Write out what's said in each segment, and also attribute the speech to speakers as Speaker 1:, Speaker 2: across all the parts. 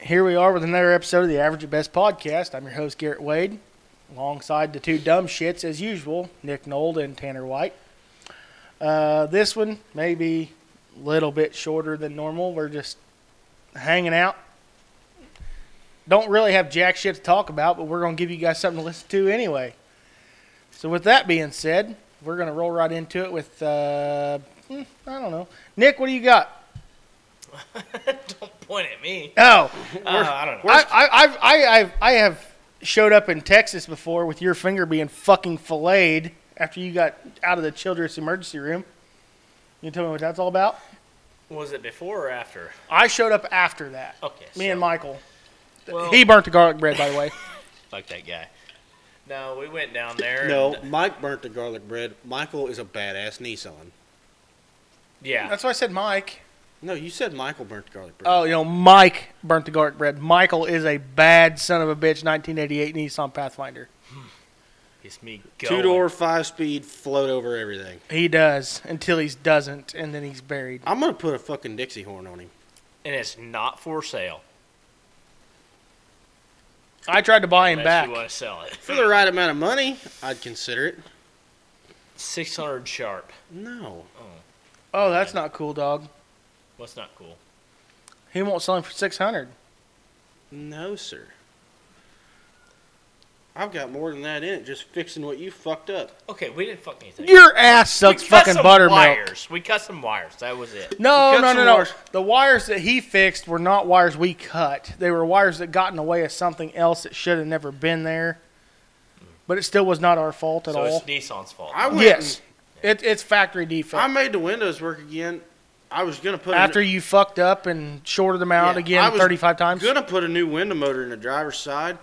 Speaker 1: here we are with another episode of the Average at Best podcast. I'm your host, Garrett Wade, alongside the two dumb shits, as usual, Nick Nold and Tanner White. Uh, this one may be a little bit shorter than normal. We're just hanging out. Don't really have jack shit to talk about, but we're going to give you guys something to listen to anyway. So, with that being said, we're going to roll right into it with, uh, hmm, I don't know. Nick, what do you got?
Speaker 2: don't point at me.
Speaker 1: Oh,
Speaker 2: Uh, I don't know.
Speaker 1: I, I, I've, I, I've, I have showed up in Texas before with your finger being fucking filleted after you got out of the children's emergency room. You tell me what that's all about?
Speaker 2: Was it before or after?
Speaker 1: I showed up after that.
Speaker 2: Okay,
Speaker 1: Me
Speaker 2: so-
Speaker 1: and Michael.
Speaker 2: Well,
Speaker 1: he burnt the garlic bread, by the way.
Speaker 2: like that guy. No, we went down there.
Speaker 3: No,
Speaker 2: and-
Speaker 3: Mike burnt the garlic bread. Michael is a badass Nissan.
Speaker 2: yeah.
Speaker 1: That's why I said Mike.
Speaker 3: No, you said Michael burnt the garlic bread.
Speaker 1: Oh, you know, Mike burnt the garlic bread. Michael is a bad son of a bitch, 1988 Nissan Pathfinder.
Speaker 2: It's me going.
Speaker 3: two door, five speed, float over everything.
Speaker 1: He does until he doesn't, and then he's buried.
Speaker 3: I'm gonna put a fucking Dixie horn on him.
Speaker 2: And it's not for sale.
Speaker 1: I tried to buy him
Speaker 2: unless
Speaker 1: back.
Speaker 2: you want to sell it.
Speaker 3: For the right amount of money, I'd consider it.
Speaker 2: 600 sharp.
Speaker 3: No,
Speaker 1: Oh, that's not cool, dog.
Speaker 2: What's not cool?
Speaker 1: He won't sell him for 600
Speaker 3: no, sir. I've got more than that in it. Just fixing what you fucked up.
Speaker 2: Okay, we didn't fuck anything.
Speaker 1: Your ass
Speaker 2: we
Speaker 1: sucks
Speaker 2: cut
Speaker 1: fucking
Speaker 2: some
Speaker 1: buttermilk.
Speaker 2: wires. We cut some wires. That was it.
Speaker 1: No,
Speaker 3: We cut
Speaker 1: no, no,
Speaker 3: some
Speaker 1: no.
Speaker 3: wires.
Speaker 1: The wires that he fixed were not wires we cut. They were wires that got in the way of something else that should have never been there. But it still was not our fault at
Speaker 2: So
Speaker 1: all.
Speaker 2: it's Nissan's fault.
Speaker 3: I went.
Speaker 1: Yes. It, it's factory
Speaker 3: and- I
Speaker 1: defect.
Speaker 3: made the windows work again. I was gonna put
Speaker 1: After
Speaker 3: a,
Speaker 1: you fucked up and shorted them out
Speaker 3: Yeah, I
Speaker 1: again
Speaker 3: was
Speaker 1: 35 times.
Speaker 3: gonna put a new window motor in the driver's side.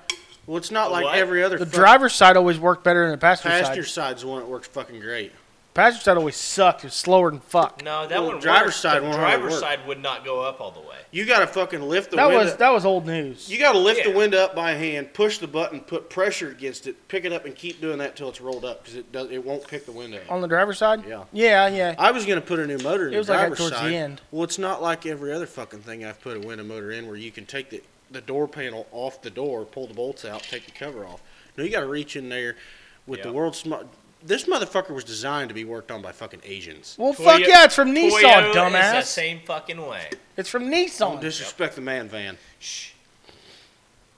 Speaker 3: Well, it's not
Speaker 2: The
Speaker 3: like
Speaker 2: what?
Speaker 3: every other
Speaker 1: The
Speaker 3: fuck-
Speaker 1: driver's side always worked better than the passenger
Speaker 3: passenger
Speaker 1: side.
Speaker 3: side's the one that works fucking great.
Speaker 1: Passenger side always sucked. It was slower than fuck.
Speaker 2: no, that
Speaker 3: Well,
Speaker 2: one.
Speaker 3: driver's
Speaker 2: worked.
Speaker 3: side
Speaker 2: The
Speaker 3: won't hardly
Speaker 2: driver's
Speaker 3: work.
Speaker 2: side would not go up all the way.
Speaker 3: You gotta fucking lift the
Speaker 1: That
Speaker 3: window.
Speaker 1: was that was old news.
Speaker 3: you gotta lift
Speaker 2: Yeah.
Speaker 3: the window up by hand, push the button, put pressure against it, pick it up, and keep doing that till it's rolled up because it does it won't pick the window. up.
Speaker 1: On the driver's side?
Speaker 3: Yeah.
Speaker 1: Yeah, yeah.
Speaker 3: I was gonna put a new motor in
Speaker 1: Oh. It was
Speaker 3: the
Speaker 1: like that
Speaker 3: driver's
Speaker 1: towards the
Speaker 3: side.
Speaker 1: end.
Speaker 3: Well, it's not like every other fucking thing I've put a window motor in where you can take the the door panel off the door, pull the bolts out, take the cover off. No, you gotta reach in there with the
Speaker 2: Yeah.
Speaker 3: world's smart. This motherfucker was designed to be worked on by fucking Asians.
Speaker 1: Well, Oh, fuck
Speaker 2: Toyo-
Speaker 1: yeah, it's from
Speaker 2: Toyota
Speaker 1: Nissan,
Speaker 2: is
Speaker 1: dumbass.
Speaker 2: the same fucking way.
Speaker 1: It's from
Speaker 3: Don't
Speaker 1: Nissan.
Speaker 3: disrespect the man van.
Speaker 2: Shh.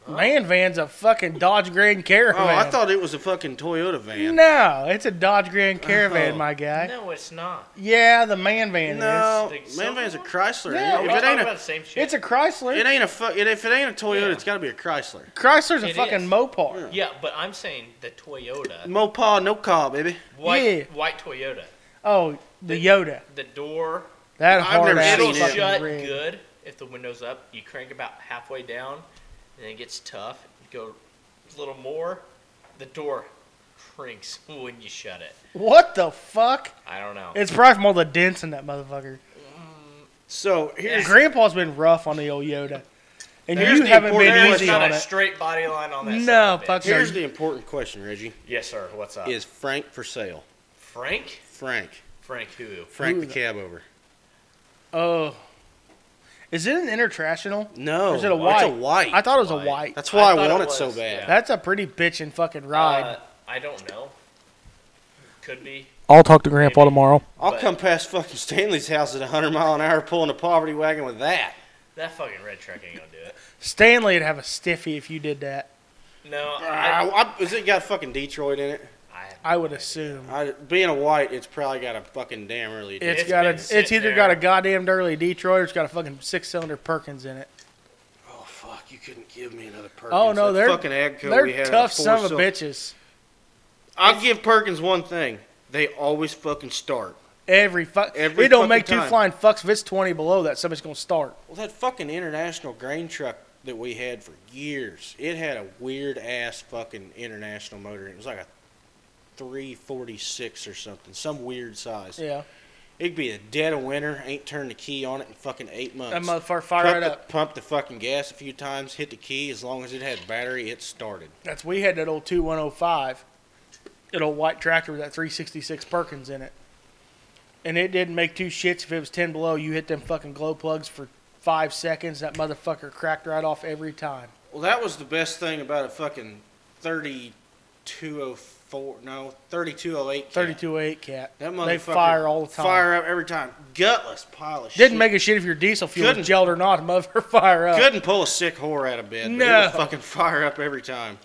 Speaker 1: Man van's a fucking Dodge Grand Caravan.
Speaker 3: Oh, I thought it was a fucking Toyota van.
Speaker 1: No, it's a Dodge Grand Caravan,
Speaker 3: Oh.
Speaker 1: my guy.
Speaker 2: No, it's not.
Speaker 1: Yeah, the man van
Speaker 3: No,
Speaker 2: Is-
Speaker 3: man van's a Chrysler.
Speaker 1: Yeah,
Speaker 3: if
Speaker 2: We're
Speaker 3: it
Speaker 2: talking
Speaker 3: ain't
Speaker 2: about
Speaker 3: a,
Speaker 2: the same shit.
Speaker 1: is. It's a Chrysler.
Speaker 3: it ain't a fu- it, if it ain't a Toyota,
Speaker 2: Yeah.
Speaker 3: it's got to be a Chrysler.
Speaker 1: Chrysler's a
Speaker 2: It
Speaker 1: fucking
Speaker 2: is.
Speaker 1: Mopar.
Speaker 2: Yeah, but I'm saying the Toyota,
Speaker 3: Mopar, no car, baby.
Speaker 2: white
Speaker 1: Yeah.
Speaker 2: white Toyota,
Speaker 1: Oh, the Yoda.
Speaker 2: the door
Speaker 1: That
Speaker 3: I've
Speaker 1: hard
Speaker 3: never
Speaker 1: ass
Speaker 2: it'll
Speaker 3: seen it.
Speaker 1: fucking
Speaker 2: shut
Speaker 1: rig.
Speaker 2: good if the window's up. You crank about halfway down, and it gets tough. Go a little more, the door shrinks when you shut it.
Speaker 1: What the fuck?
Speaker 2: I don't know.
Speaker 1: It's probably from all the dents in that motherfucker.
Speaker 3: So here's
Speaker 1: Grandpa's been rough on the old Yoda, and
Speaker 3: There's
Speaker 1: you
Speaker 3: the
Speaker 1: haven't
Speaker 3: important-
Speaker 1: been
Speaker 2: There is
Speaker 1: easy
Speaker 2: not
Speaker 1: on
Speaker 2: a
Speaker 1: it.
Speaker 2: straight body line on that.
Speaker 1: No,
Speaker 2: son of a bitch.
Speaker 1: fuck
Speaker 3: here's
Speaker 1: so-
Speaker 3: the important question, Reggie.
Speaker 2: Yes, sir. What's up?
Speaker 3: Is Frank for sale?
Speaker 2: Frank?
Speaker 3: Frank,
Speaker 2: Frank who?
Speaker 3: Frank
Speaker 1: Who
Speaker 3: the
Speaker 1: the-
Speaker 3: cab over.
Speaker 1: Oh, is it an international?
Speaker 3: No,
Speaker 1: Or is it a
Speaker 3: It's a
Speaker 1: white?
Speaker 3: white.
Speaker 1: I thought it was
Speaker 2: White.
Speaker 1: a white.
Speaker 3: That's why
Speaker 2: I
Speaker 3: I,
Speaker 2: thought it
Speaker 3: want it so
Speaker 2: was,
Speaker 3: bad.
Speaker 1: That's a pretty bitchin' fucking ride.
Speaker 2: Uh, I don't know. Could be.
Speaker 1: I'll talk to Grandpa
Speaker 2: maybe.
Speaker 1: tomorrow.
Speaker 3: I'll
Speaker 2: but-
Speaker 3: come past fucking Stanley's house at 100 mile an hour pulling a poverty wagon with that.
Speaker 2: That fucking red truck ain't gonna do it.
Speaker 1: Stanley would have a stiffy if you did that.
Speaker 2: No, I,
Speaker 3: Ah, I- is it got fucking Detroit in it?
Speaker 2: I, have
Speaker 1: I
Speaker 2: no
Speaker 1: would
Speaker 2: idea.
Speaker 1: assume
Speaker 3: I, being a white, it's probably got a fucking damn early.
Speaker 1: it's
Speaker 2: It's
Speaker 1: got a.
Speaker 2: been sitting
Speaker 1: It's either
Speaker 2: there.
Speaker 1: got a goddamn dirty Detroit or it's got a fucking six-cylinder Perkins in it.
Speaker 3: Oh fuck! You couldn't give me another Perkins.
Speaker 1: Oh no,
Speaker 3: That
Speaker 1: they're
Speaker 3: fucking Agco we
Speaker 1: they're
Speaker 3: had
Speaker 1: tough
Speaker 3: four
Speaker 1: son of
Speaker 3: cylinder-
Speaker 1: bitches.
Speaker 3: I'll give Perkins one thing: they always fucking start.
Speaker 1: Every fuck.
Speaker 3: Every
Speaker 1: it don't
Speaker 3: fucking
Speaker 1: make two
Speaker 3: time.
Speaker 1: flying fucks if it's twenty below that somebody's gonna start.
Speaker 3: Well, that fucking international grain truck that we had for years, it had a weird ass fucking international motor. It was like a 346 or something, some weird size.
Speaker 1: Yeah,
Speaker 3: It'd be the dead of winter, ain't turned the key on it in fucking eight months.
Speaker 1: that motherfucker fire
Speaker 3: Pump
Speaker 1: right
Speaker 3: the,
Speaker 1: up.
Speaker 3: pump the fucking gas a few times, hit the key. As long as it had battery, it started.
Speaker 1: That's we had that old two one oh five, that old white tractor with that three sixty six Perkins in it, and it didn't make two shits if it was ten below. You hit them fucking glow plugs for five seconds. That motherfucker cracked right off every time.
Speaker 3: Well, that was the best thing about a fucking 3204, no, 3208. cat.
Speaker 1: 32.8 cat.
Speaker 3: That motherfucker.
Speaker 1: They fire all the time.
Speaker 3: Fire up every time. Gutless pile of shit.
Speaker 1: Didn't make a shit if your diesel fuel
Speaker 3: Couldn't.
Speaker 1: was gelled or not. Mother fire up.
Speaker 3: Couldn't pull a sick whore out of bed. but
Speaker 1: No.
Speaker 3: it would fucking fire up every time.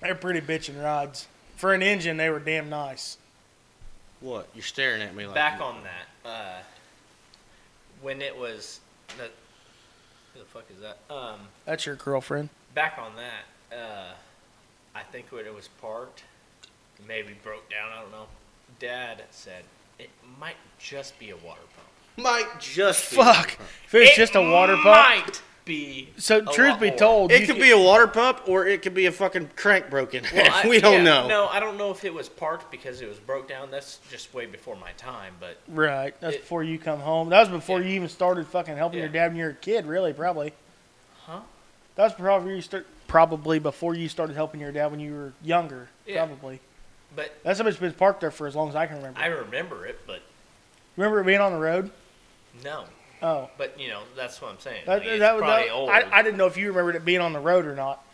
Speaker 1: They're pretty bitching rods. For an engine, they were damn nice.
Speaker 3: What? You're staring at me like.
Speaker 2: Back on that, uh, when it was, the, who the fuck is that? Um,
Speaker 1: That's your girlfriend.
Speaker 2: back on that, uh, I think when it was parked, maybe broke down. I don't know. Dad said it might just be a water pump.
Speaker 3: Might just be-
Speaker 1: Fuck. If it's just a water pump.
Speaker 2: Might be.
Speaker 1: So
Speaker 2: a
Speaker 1: truth
Speaker 2: lot
Speaker 1: be
Speaker 2: more.
Speaker 1: told,
Speaker 3: It
Speaker 1: you
Speaker 3: could
Speaker 1: ca-
Speaker 3: be a water pump or it could be a fucking crank broken.
Speaker 2: Well, I-
Speaker 3: we don't
Speaker 2: yeah,
Speaker 3: know.
Speaker 2: No, I don't know if it was parked because it was broke down. That's just way before my time. But
Speaker 1: right. That's
Speaker 2: it-
Speaker 1: before you come home. That was before
Speaker 2: Yeah.
Speaker 1: you even started fucking helping your
Speaker 2: Yeah.
Speaker 1: dad when you were a kid. Really, probably.
Speaker 2: huh?
Speaker 1: That's probably you start, probably before you started helping your dad when you were younger.
Speaker 2: Yeah.
Speaker 1: Probably.
Speaker 2: But
Speaker 1: That's how much been parked there for as long as I can remember.
Speaker 2: I remember it. But
Speaker 1: remember it being on the road.
Speaker 2: no.
Speaker 1: Oh,
Speaker 2: But you know, that's what I'm saying.
Speaker 1: that,
Speaker 2: Like, it's
Speaker 1: that, was
Speaker 2: probably
Speaker 1: that,
Speaker 2: old.
Speaker 1: I, I didn't know if you remembered it being on the road or not.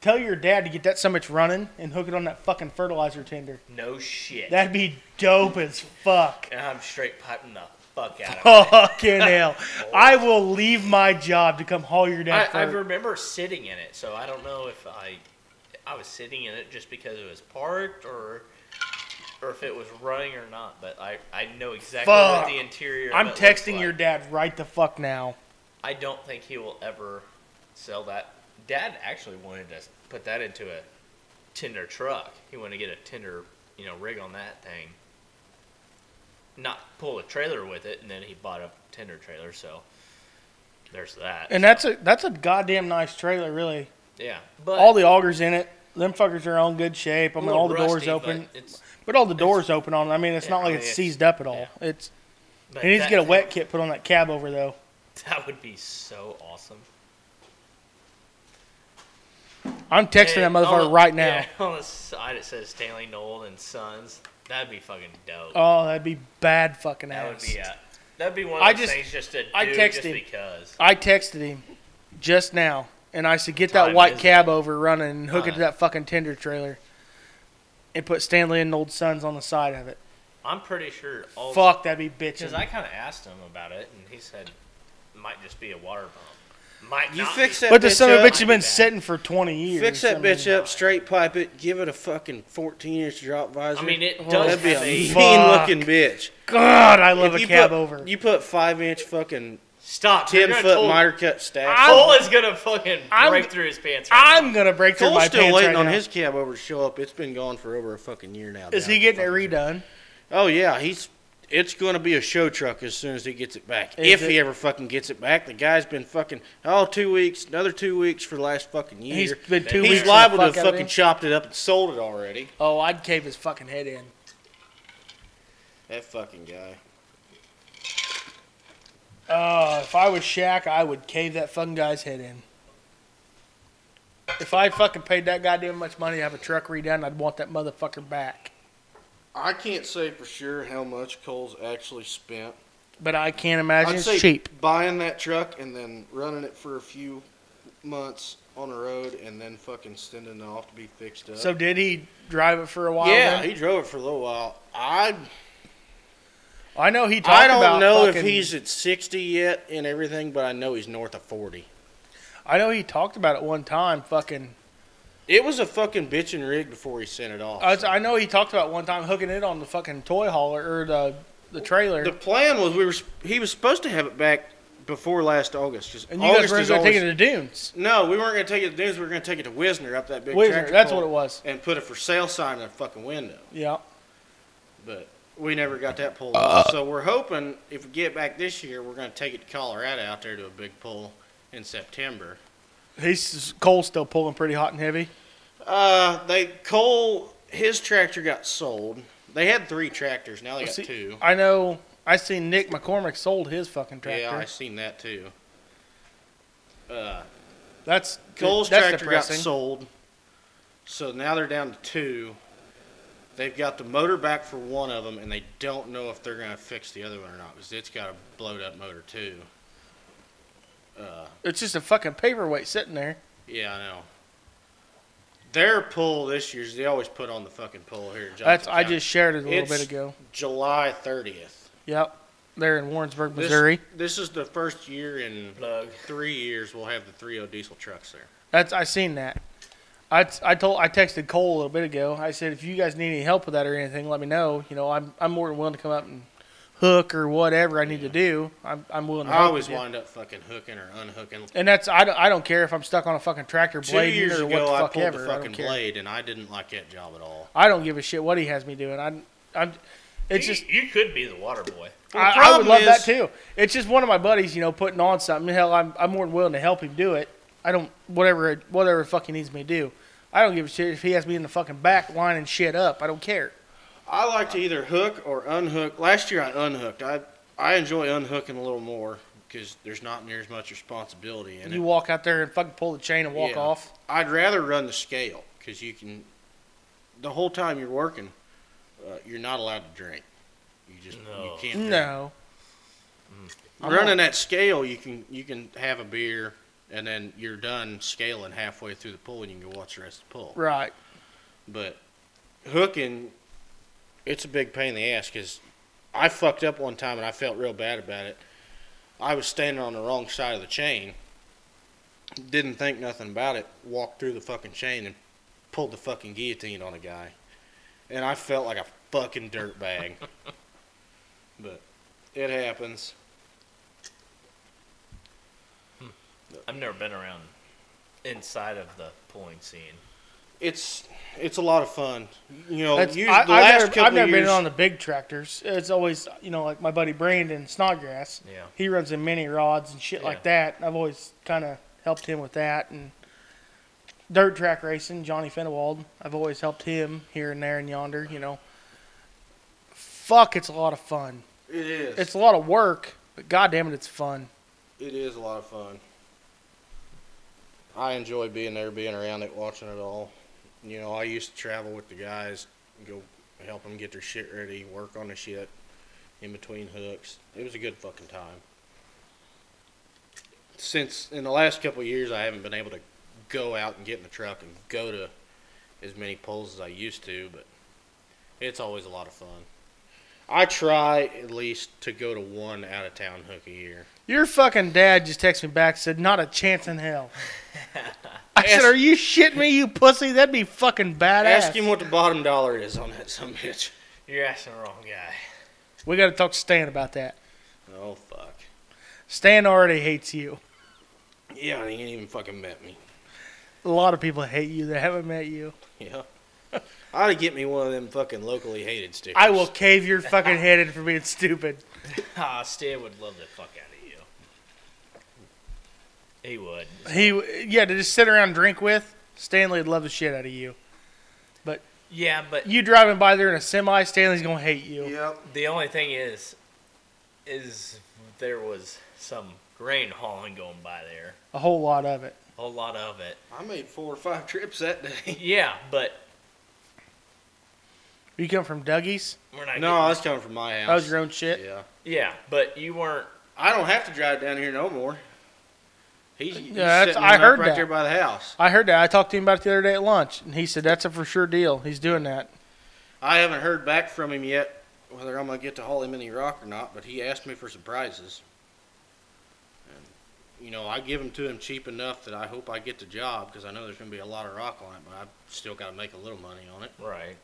Speaker 1: Tell your dad to get that so much running and hook it on that fucking fertilizer tender.
Speaker 2: no shit.
Speaker 1: That'd be dope as fuck.
Speaker 2: and I'm straight piping the fuck out of it.
Speaker 1: Fucking hell. I will leave my job to come haul your
Speaker 2: I,
Speaker 1: dad
Speaker 2: I
Speaker 1: for
Speaker 2: remember sitting in it, so I don't know if I I was sitting in it just because it was parked or or if it was running or not. But I, I know exactly
Speaker 1: Fuck.
Speaker 2: what the interior. of
Speaker 1: I'm
Speaker 2: it looks
Speaker 1: texting
Speaker 2: like.
Speaker 1: your dad right the fuck now.
Speaker 2: I don't think he will ever sell that. Dad actually wanted to put that into a tender truck. He wanted to get a tender, you know, rig on that thing. Not pull a trailer with it, and then he bought a tender trailer. So there's that.
Speaker 1: And that's a that's a goddamn nice trailer, really.
Speaker 2: yeah, but
Speaker 1: All the augers in it. Them fuckers are all in good shape. I
Speaker 2: a
Speaker 1: mean,
Speaker 2: little
Speaker 1: all the doors
Speaker 2: rusty, but
Speaker 1: open.
Speaker 2: it's-
Speaker 1: But all the doors open on it. I mean, it's
Speaker 2: Yeah,
Speaker 1: not
Speaker 2: I
Speaker 1: like
Speaker 2: mean,
Speaker 1: it's
Speaker 2: it's-
Speaker 1: seized up at all. It's
Speaker 2: but
Speaker 1: he needs to
Speaker 2: that
Speaker 1: get a
Speaker 2: thing-
Speaker 1: wet kit put on that cab over though.
Speaker 2: That would be so awesome.
Speaker 1: I'm texting that
Speaker 2: And on
Speaker 1: motherfucker
Speaker 2: the-
Speaker 1: right now.
Speaker 2: yeah, on the side it says Stanley Knoll and Sons. That'd be fucking dope.
Speaker 1: Oh, that'd be bad fucking
Speaker 2: that would
Speaker 1: ass.
Speaker 2: be uh, a, that'd be one
Speaker 1: I
Speaker 2: of those
Speaker 1: just-
Speaker 2: things just to do
Speaker 1: I
Speaker 2: just
Speaker 1: texted him.
Speaker 2: because.
Speaker 1: I texted him just now, and I said, "Get that
Speaker 2: Time
Speaker 1: white
Speaker 2: is
Speaker 1: cab over running and hook it to
Speaker 2: Time.
Speaker 1: that fucking tender trailer, and put Stanley and Old Sons on the side of it."
Speaker 2: I'm pretty sure all
Speaker 1: Fuck, that'd be
Speaker 2: because
Speaker 1: bitching.
Speaker 2: I kind of asked him about it and he said might just be a water pump. Might
Speaker 3: You
Speaker 2: not
Speaker 3: fix
Speaker 2: be.
Speaker 3: that
Speaker 1: but the
Speaker 3: bitch
Speaker 1: son of a
Speaker 3: up.
Speaker 1: bitch has been
Speaker 2: Bad.
Speaker 1: sitting for twenty years.
Speaker 3: Fix
Speaker 1: I
Speaker 3: that
Speaker 1: mean,
Speaker 3: bitch up, straight pipe it, give it a fucking 14 inch drop visor.
Speaker 2: I mean, it
Speaker 1: Well,
Speaker 2: does
Speaker 3: That'd be a
Speaker 2: have a
Speaker 3: mean
Speaker 1: Fuck.
Speaker 3: looking bitch.
Speaker 1: God, I love
Speaker 3: If
Speaker 1: a Oh,
Speaker 3: you
Speaker 1: cab
Speaker 3: put,
Speaker 1: over.
Speaker 3: You put five inch fucking
Speaker 2: stop. you're
Speaker 3: ten
Speaker 2: gonna
Speaker 3: foot
Speaker 2: Cole,
Speaker 3: miter cut stack.
Speaker 1: I'm-
Speaker 2: Cole is gonna fucking
Speaker 1: I'm-
Speaker 2: break through his pants. Right
Speaker 1: I'm gonna break through
Speaker 3: Cole's
Speaker 1: my
Speaker 3: still
Speaker 1: pants
Speaker 3: waiting
Speaker 1: right
Speaker 3: on
Speaker 1: now.
Speaker 3: his cab over to show up. It's been gone for over a fucking year now.
Speaker 1: Is
Speaker 3: down
Speaker 1: he
Speaker 3: in
Speaker 1: getting it
Speaker 3: fucking-
Speaker 1: redone?
Speaker 3: Oh yeah, he's. It's gonna be a show truck as soon as he gets it back.
Speaker 1: Is
Speaker 3: if he
Speaker 1: it-
Speaker 3: ever fucking gets it back, the guy's been fucking oh two weeks, another two weeks for the last fucking year.
Speaker 1: He's been two
Speaker 3: He's
Speaker 1: weeks. and
Speaker 3: liable
Speaker 1: the
Speaker 3: to
Speaker 1: fuck
Speaker 3: have
Speaker 1: out of
Speaker 3: fucking
Speaker 1: him.
Speaker 3: chopped it up and sold it already.
Speaker 1: Oh, I'd cave his fucking head in.
Speaker 3: That fucking guy.
Speaker 1: Uh, if I was Shaq, I would cave that fucking guy's head in. If I fucking paid that goddamn much money to have a truck redone, I'd want that motherfucker back.
Speaker 3: I can't say for sure how much Cole's actually spent.
Speaker 1: But I can't imagine
Speaker 3: I'd say
Speaker 1: it's cheap.
Speaker 3: buying that truck and then running it for a few months on the road and then fucking sending it off to be fixed up.
Speaker 1: So did he drive it for a while?
Speaker 3: yeah,
Speaker 1: then?
Speaker 3: he drove it for a little while. I
Speaker 1: I know he talked
Speaker 3: I don't
Speaker 1: about
Speaker 3: know if
Speaker 1: fucking-
Speaker 3: he's at 60 yet and everything, but I know he's north of 40.
Speaker 1: I know he talked about it one time. Fucking.
Speaker 3: It was a fucking bitching rig before he sent it off.
Speaker 1: I, was- I know he talked about it one time hooking it on the fucking toy hauler or the the trailer.
Speaker 3: the plan was we were sp- he was supposed to have it back before last August. 'cause
Speaker 1: and you
Speaker 3: August
Speaker 1: guys were
Speaker 3: is
Speaker 1: going to take
Speaker 3: always-
Speaker 1: it to Dunes.
Speaker 3: No, we weren't going to take it to Dunes. We were going to take it to Wisner up that big
Speaker 1: Wisner,
Speaker 3: tractor
Speaker 1: that's
Speaker 3: pull
Speaker 1: what it was.
Speaker 3: And put a for sale sign in the fucking window.
Speaker 1: Yeah.
Speaker 3: But we never got that pulled off. So we're hoping if we get back this year, we're going to take it to Colorado out there to a big pull in September.
Speaker 1: He's Cole's still pulling pretty hot and heavy.
Speaker 3: Uh, they Cole his tractor got sold. They had three tractors. Now they got
Speaker 1: Oh, See,
Speaker 3: two.
Speaker 1: I know. I seen Nick McCormick sold his fucking tractor.
Speaker 3: Yeah, I seen that too. Uh,
Speaker 1: that's
Speaker 3: Cole's
Speaker 1: that's
Speaker 3: tractor
Speaker 1: depressing.
Speaker 3: got sold, so now they're down to two. They've got the motor back for one of them, and they don't know if they're going to fix the other one or not because it's got a blowed up motor too. Uh,
Speaker 1: It's just a fucking paperweight sitting there.
Speaker 3: yeah, I know. Their pull this year's they always put on the fucking pull here. in
Speaker 1: That's
Speaker 3: Johnson
Speaker 1: I
Speaker 3: County.
Speaker 1: just shared it a little bit
Speaker 3: It's-
Speaker 1: ago.
Speaker 3: July thirtieth.
Speaker 1: Yep, there in Warrensburg, Missouri.
Speaker 3: This, is the first year in
Speaker 2: Plug.
Speaker 3: three years we'll have the three O diesel trucks there.
Speaker 1: That's I seen that. I, t- I told I texted Cole a little bit ago. I said if you guys need any help with that or anything, let me know. You know, I'm I'm more than willing to come up and hook or whatever I need to do. I'm I'm willing. to
Speaker 3: I
Speaker 1: help
Speaker 3: always
Speaker 1: you.
Speaker 3: wind up fucking hooking or unhooking.
Speaker 1: And that's I don't, I don't care if I'm stuck on a fucking tractor
Speaker 3: Two
Speaker 1: blade
Speaker 3: years
Speaker 1: or what
Speaker 3: ago,
Speaker 1: the
Speaker 3: I
Speaker 1: fuck
Speaker 3: pulled
Speaker 1: ever.
Speaker 3: the
Speaker 1: I
Speaker 3: fucking
Speaker 1: don't care.
Speaker 3: blade, and I didn't like that job at all.
Speaker 1: I don't give a shit what he has me doing. I I'm it's
Speaker 2: you,
Speaker 1: just
Speaker 2: you could be the water boy.
Speaker 3: Well, the
Speaker 1: I, I would
Speaker 3: problem
Speaker 1: love that
Speaker 3: is-
Speaker 1: too. It's just one of my buddies, you know, putting on something. Hell, I'm I'm more than willing to help him do it. I don't whatever it- whatever the fuck he needs me to do. I don't give a shit if he has me in the fucking back lining shit up. I don't care.
Speaker 3: I like to either hook or unhook. Last year I unhooked. I I enjoy unhooking a little more because there's not near as much responsibility in
Speaker 1: you
Speaker 3: it.
Speaker 1: walk out there and fucking pull the chain and walk
Speaker 3: Yeah.
Speaker 1: off.
Speaker 3: I'd rather run the scale because you can. The whole time you're working, uh, you're not allowed to drink. You just you
Speaker 2: No.
Speaker 3: can't. Drink.
Speaker 1: No, I'm
Speaker 3: Running that scale, you can you can have a beer and then you're done scaling halfway through the pull and you can go watch the rest of the pull.
Speaker 1: right.
Speaker 3: But hooking, it's a big pain in the ass because I fucked up one time and I felt real bad about it. I was standing on the wrong side of the chain, didn't think nothing about it, walked through the fucking chain and pulled the fucking guillotine on a guy. And I felt like a fucking dirtbag. but it happens.
Speaker 2: I've never been around inside of the pulling scene.
Speaker 3: It's it's a lot of fun. You know,
Speaker 1: That's-
Speaker 3: you,
Speaker 1: I,
Speaker 3: the
Speaker 1: I've
Speaker 3: last
Speaker 1: never,
Speaker 3: couple
Speaker 1: I've never
Speaker 3: years,
Speaker 1: been on the big tractors. It's always you know like my buddy Brandon Snodgrass.
Speaker 2: Yeah.
Speaker 1: he runs in mini rods and shit
Speaker 2: Yeah.
Speaker 1: like that. I've always kind of helped him with that and dirt track racing. Johnny Fennewald, I've always helped him here and there and yonder. You know, fuck, it's a lot of fun.
Speaker 3: It is.
Speaker 1: It's a lot of work, but goddamn it, it's fun.
Speaker 3: It is a lot of fun. I enjoy being there, being around it, watching it all. You know, I used to travel with the guys, go help them get their shit ready, work on the shit in between hooks. It was a good fucking time. Since in the last couple of years, I haven't been able to go out and get in the truck and go to as many poles as I used to, but it's always a lot of fun. I try at least to go to one out of town hook a year.
Speaker 1: Your fucking dad just texted me back said, "Not a chance in hell." I
Speaker 3: Ask-
Speaker 1: said, "Are you shitting me, you pussy? That'd be fucking badass."
Speaker 3: Ask him what the bottom dollar is on that some bitch.
Speaker 2: You're asking the wrong guy.
Speaker 1: We got to talk to Stan about that.
Speaker 3: Oh fuck.
Speaker 1: Stan already hates you.
Speaker 3: Yeah, he ain't even fucking met me.
Speaker 1: A lot of people hate you that haven't met you.
Speaker 3: Yeah. I ought to get me one of them fucking locally hated stickers.
Speaker 1: I will cave your fucking head in for being stupid.
Speaker 2: Ah, Stan would love the fuck out of you. He would.
Speaker 1: He, yeah, to just sit around and drink with Stanley would love the shit out of you.
Speaker 2: Yeah, but
Speaker 1: You driving by there in a semi, Stanley's gonna hate you.
Speaker 3: Yep.
Speaker 2: the only thing is, is there was some grain hauling going by there.
Speaker 1: A whole lot of it.
Speaker 2: A whole lot of it.
Speaker 3: I made four or five trips that day.
Speaker 2: Yeah, but
Speaker 1: You come from Dougie's?
Speaker 2: we're not.
Speaker 3: No, I was coming from my house.
Speaker 1: That was your own shit.
Speaker 3: Yeah.
Speaker 2: getting- yeah, but you weren't.
Speaker 3: I don't have to drive down here no more. He's, he's
Speaker 1: Yeah, that's-
Speaker 3: setting
Speaker 1: I
Speaker 3: one up
Speaker 1: heard
Speaker 3: right
Speaker 1: that.
Speaker 3: there by the house.
Speaker 1: I heard that. I talked to him about it the other day at lunch, and he said that's a for sure deal. He's doing that.
Speaker 3: I haven't heard back from him yet whether I'm gonna get to haul him any rock or not, but he asked me for some prizes. And you know, I give them to him cheap enough that I hope I get the job because I know there's gonna be a lot of rock on it, but I've still got to make a little money on it.
Speaker 2: Right.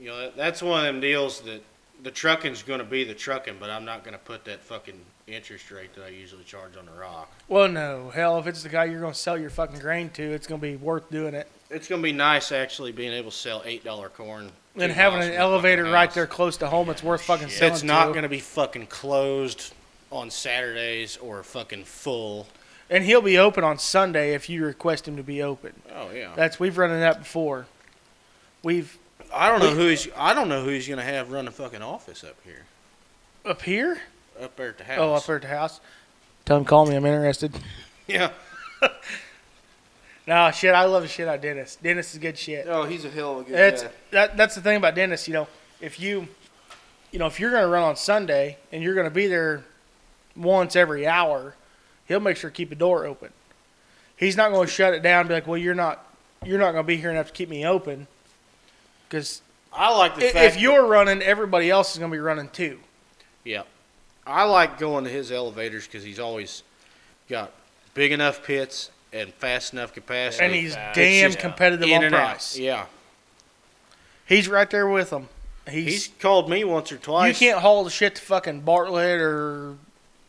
Speaker 3: You know, that, that's one of them deals that the trucking's gonna be the trucking, but I'm not gonna put that fucking interest rate that I usually charge on the rock.
Speaker 1: Well, no, hell, if it's the guy you're gonna sell your fucking grain to, it's gonna be worth doing it.
Speaker 3: It's gonna be nice actually being able to sell eight dollar corn.
Speaker 1: And
Speaker 3: two
Speaker 1: having
Speaker 3: miles
Speaker 1: an
Speaker 3: from the fucking
Speaker 1: elevator right
Speaker 3: house.
Speaker 1: there close to home, it's worth fucking selling.
Speaker 3: It's not
Speaker 1: to.
Speaker 3: going to be fucking closed on Saturdays or fucking full.
Speaker 1: And he'll be open on Sunday if you request him to be open.
Speaker 3: Oh yeah.
Speaker 1: That's we've run into that before. We've
Speaker 3: I don't know who he's. I don't know who he's going to have run the fucking office up here,
Speaker 1: up here.
Speaker 3: up there at the house.
Speaker 1: Oh, up there at the house. Tell him call me. I'm interested.
Speaker 3: Yeah.
Speaker 1: No shit, I love the shit out of Dennis. Dennis is good shit.
Speaker 4: Oh, he's a hell of a good
Speaker 1: That's
Speaker 4: guy.
Speaker 1: that, that's the thing about Dennis. You know, if you, you know, if you're going to run on Sunday and you're going to be there once every hour, he'll make sure to keep the door open. He's not going to shut it down. And be like, well, you're not, you're not going to be here enough to keep me open. Because
Speaker 3: I like the fact
Speaker 1: if you're running, everybody else is going to be running too.
Speaker 3: Yeah. I like going to his elevators because he's always got big enough pits and fast enough capacity.
Speaker 1: And he's
Speaker 2: fast.
Speaker 1: damn
Speaker 2: It's just
Speaker 1: competitive
Speaker 3: in
Speaker 1: on
Speaker 3: and out.
Speaker 1: price.
Speaker 3: Yeah.
Speaker 1: He's right there with them. He's,
Speaker 3: He's called me once or
Speaker 1: you
Speaker 3: twice.
Speaker 1: can't haul the shit to fucking Bartlett or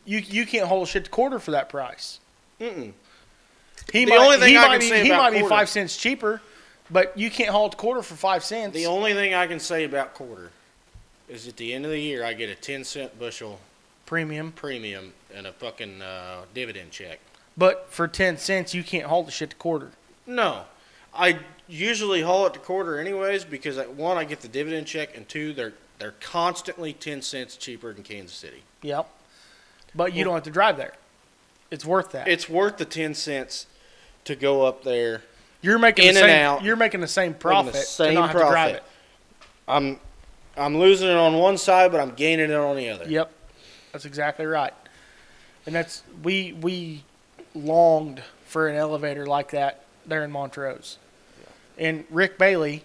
Speaker 1: you you can't haul the shit to quarter for that price.
Speaker 3: Mm-mm.
Speaker 1: He
Speaker 3: The
Speaker 1: might,
Speaker 3: only thing
Speaker 1: he
Speaker 3: I
Speaker 1: might
Speaker 3: can
Speaker 1: be,
Speaker 3: say
Speaker 1: he
Speaker 3: about
Speaker 1: might be
Speaker 3: Quarter-
Speaker 1: five cents cheaper, but you can't haul it to quarter for five cents.
Speaker 3: The only thing I can say about quarter is at the end of the year, I get a 10 cent bushel
Speaker 1: premium,
Speaker 3: premium and a fucking uh, dividend check.
Speaker 1: but for ten cents you can't haul the shit to quarter.
Speaker 3: No. I usually haul it to quarter anyways because I, one, I get the dividend check, and two, they're they're constantly 10 cents cheaper than Kansas City.
Speaker 1: Yep, but you don't have to drive there. It's worth that.
Speaker 3: It's worth the 10 cents to go up there
Speaker 1: you're making
Speaker 3: in
Speaker 1: the
Speaker 3: and
Speaker 1: same,
Speaker 3: out.
Speaker 1: You're making the same
Speaker 3: Making
Speaker 1: profit
Speaker 3: the same
Speaker 1: to not have to drive
Speaker 3: profit.
Speaker 1: it.
Speaker 3: I'm I'm losing it on one side, but I'm gaining it on the other.
Speaker 1: Yep, that's exactly right. And that's we we longed for an elevator like that there in Montrose, and Rick Bailey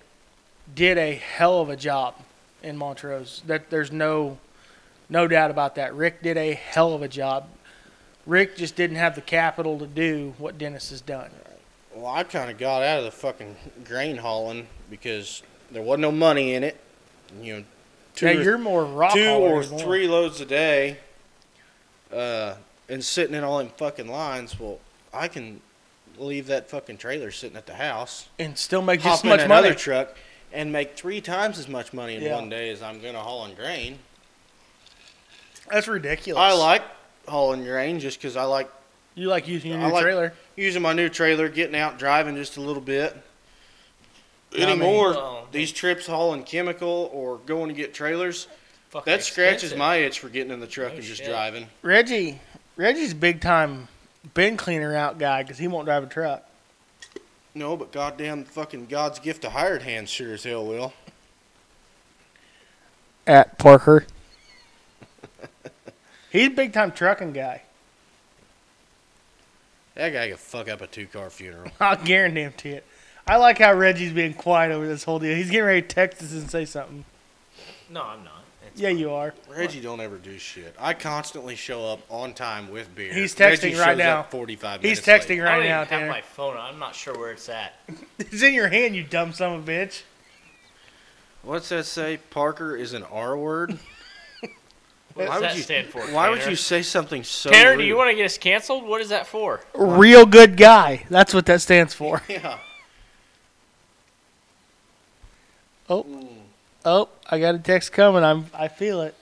Speaker 1: did a hell of a job in Montrose. That there's no no doubt about that. Rick did a hell of a job. Rick just didn't have the capital to do what Dennis has done.
Speaker 3: Well, I kind of got out of the fucking grain hauling because there wasn't no money in it. You know, two
Speaker 1: now
Speaker 3: or,
Speaker 1: you're more rock
Speaker 3: two
Speaker 1: hauler
Speaker 3: or
Speaker 1: than one.
Speaker 3: three loads a day, uh, and sitting in all them fucking lines. Well, I can leave that fucking trailer sitting at the house,
Speaker 1: and still make
Speaker 3: hop
Speaker 1: just as
Speaker 3: in
Speaker 1: much
Speaker 3: another
Speaker 1: money.
Speaker 3: truck, and make three times as much money in
Speaker 1: Yeah.
Speaker 3: one day as I'm gonna haul in grain.
Speaker 1: That's ridiculous.
Speaker 3: I like hauling grain just because I like
Speaker 1: you like using your
Speaker 3: I
Speaker 1: new
Speaker 3: like-
Speaker 1: trailer.
Speaker 3: using my new trailer, getting out driving just a little bit.
Speaker 1: I mean-
Speaker 3: Anymore,
Speaker 2: Well,
Speaker 3: these trips hauling chemical or going to get trailers,
Speaker 2: Fucking
Speaker 3: that scratches
Speaker 2: expensive.
Speaker 3: my itch for getting in the truck
Speaker 2: No
Speaker 3: and just
Speaker 2: shit.
Speaker 3: driving.
Speaker 1: Reggie, Reggie's a big time bin cleaner out guy because he won't drive a truck.
Speaker 3: No, but goddamn fucking God's gift to hired hands sure as hell will.
Speaker 1: At Parker. He's a big time trucking guy.
Speaker 3: That guy could fuck up a two car funeral.
Speaker 1: I'll guarantee it. I like how Reggie's being quiet over this whole deal. He's getting ready to text us and say something.
Speaker 2: No, I'm not. It's
Speaker 1: Yeah,
Speaker 2: fine.
Speaker 1: you are.
Speaker 3: Reggie don't ever do shit. I constantly show up on time with beer.
Speaker 1: He's texting
Speaker 3: Reggie
Speaker 1: right
Speaker 3: shows
Speaker 1: now.
Speaker 3: up Forty-five.
Speaker 1: He's
Speaker 3: minutes late.
Speaker 1: texting
Speaker 2: I
Speaker 1: right now,
Speaker 2: don't even "Oh, have
Speaker 1: Tanner.
Speaker 2: my phone. on. I'm not sure where it's at.
Speaker 1: It's in your hand, you dumb son of a bitch.
Speaker 3: What's that say? Parker is an R word.
Speaker 2: What
Speaker 3: Why
Speaker 2: does
Speaker 3: would
Speaker 2: that
Speaker 3: you-
Speaker 2: stand for?
Speaker 3: Why would
Speaker 2: Tanner?
Speaker 3: you say something so?
Speaker 2: Tanner, do you
Speaker 3: rude?
Speaker 2: want to get us canceled? What is that for?
Speaker 1: Real good guy. That's what that stands for.
Speaker 3: Yeah.
Speaker 1: Oh, I got a text coming. I'm. I feel it.